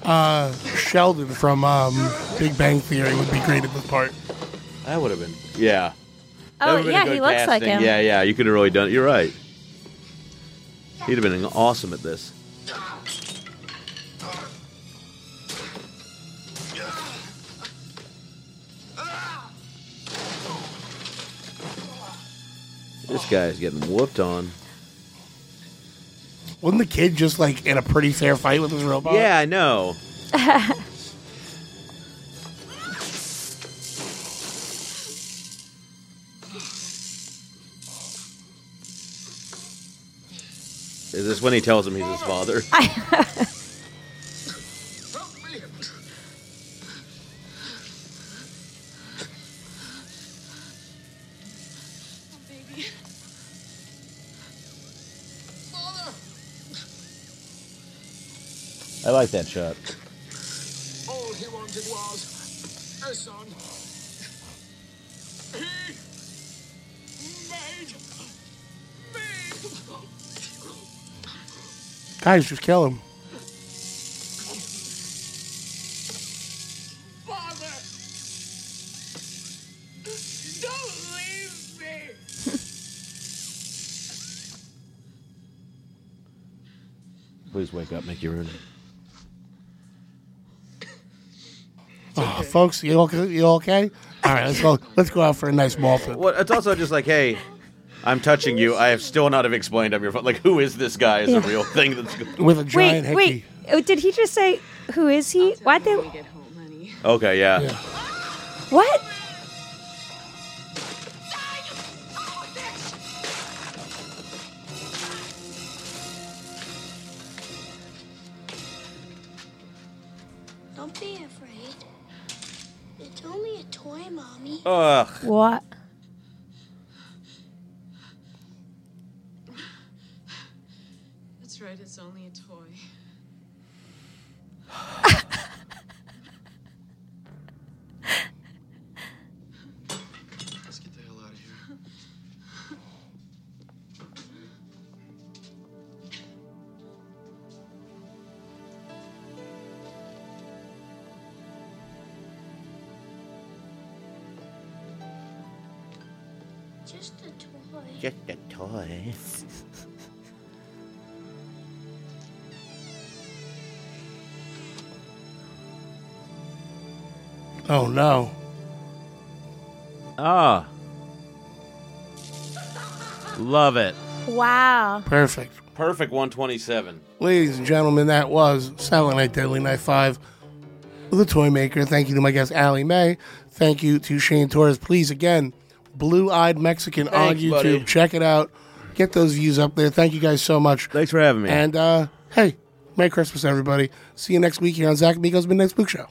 Speaker 4: Uh, Sheldon from um, Big Bang Theory would be great at this part.
Speaker 6: That would have been. Yeah. That
Speaker 5: Oh
Speaker 6: would've been a
Speaker 5: yeah,
Speaker 6: good
Speaker 5: he looks like
Speaker 6: casting.
Speaker 5: him.
Speaker 6: Yeah, yeah. You could have really done it. You're right. He'd have been awesome at this. This guy's getting whooped on.
Speaker 4: Wasn't the kid just like in a pretty fair fight with his robot?
Speaker 6: Yeah, I know. [laughs] Is this when he tells him he's his father? [laughs] I like that shot.
Speaker 7: All he wanted was a son. He made me.
Speaker 4: Guys, just kill him.
Speaker 7: Father, don't leave me.
Speaker 6: Please wake up, Mickey Rooney.
Speaker 4: Oh, folks, you okay? You okay? All right, let's go. Let's go out for a nice muffin.
Speaker 6: Well, it's also just like, hey, I'm touching you. I have still not have explained I'm your father. Like, who is this guy? Is the
Speaker 5: Yeah.
Speaker 6: real thing that's go-
Speaker 4: with a
Speaker 5: Wait,
Speaker 4: giant
Speaker 5: wait. Oh, did he just say who is he? Why'd they?
Speaker 6: Okay, yeah.
Speaker 5: What?
Speaker 15: Don't be afraid. It's only a toy, Mommy.
Speaker 6: Ugh.
Speaker 5: What?
Speaker 11: That's right, it's only a toy.
Speaker 12: Let's get the hell out of here.
Speaker 15: Just a toy.
Speaker 6: Just a toy.
Speaker 4: Oh no!
Speaker 6: Ah. Love it.
Speaker 5: Wow.
Speaker 4: Perfect,
Speaker 6: Perfect 127.
Speaker 4: ladies and gentlemen. That was Silent Night, Deadly Night Five, the Toy Maker. Thank you to my guest Allie May. Thank you to Shane Torres. Please again, Blue Eyed Mexican
Speaker 6: Thanks,
Speaker 4: on YouTube.
Speaker 6: buddy.
Speaker 4: Check it out. Get those views up there. Thank you guys so much.
Speaker 6: Thanks for having me.
Speaker 4: And uh, hey, Merry Christmas, everybody. See you next week here on Zach Migos Midnight Spook Show.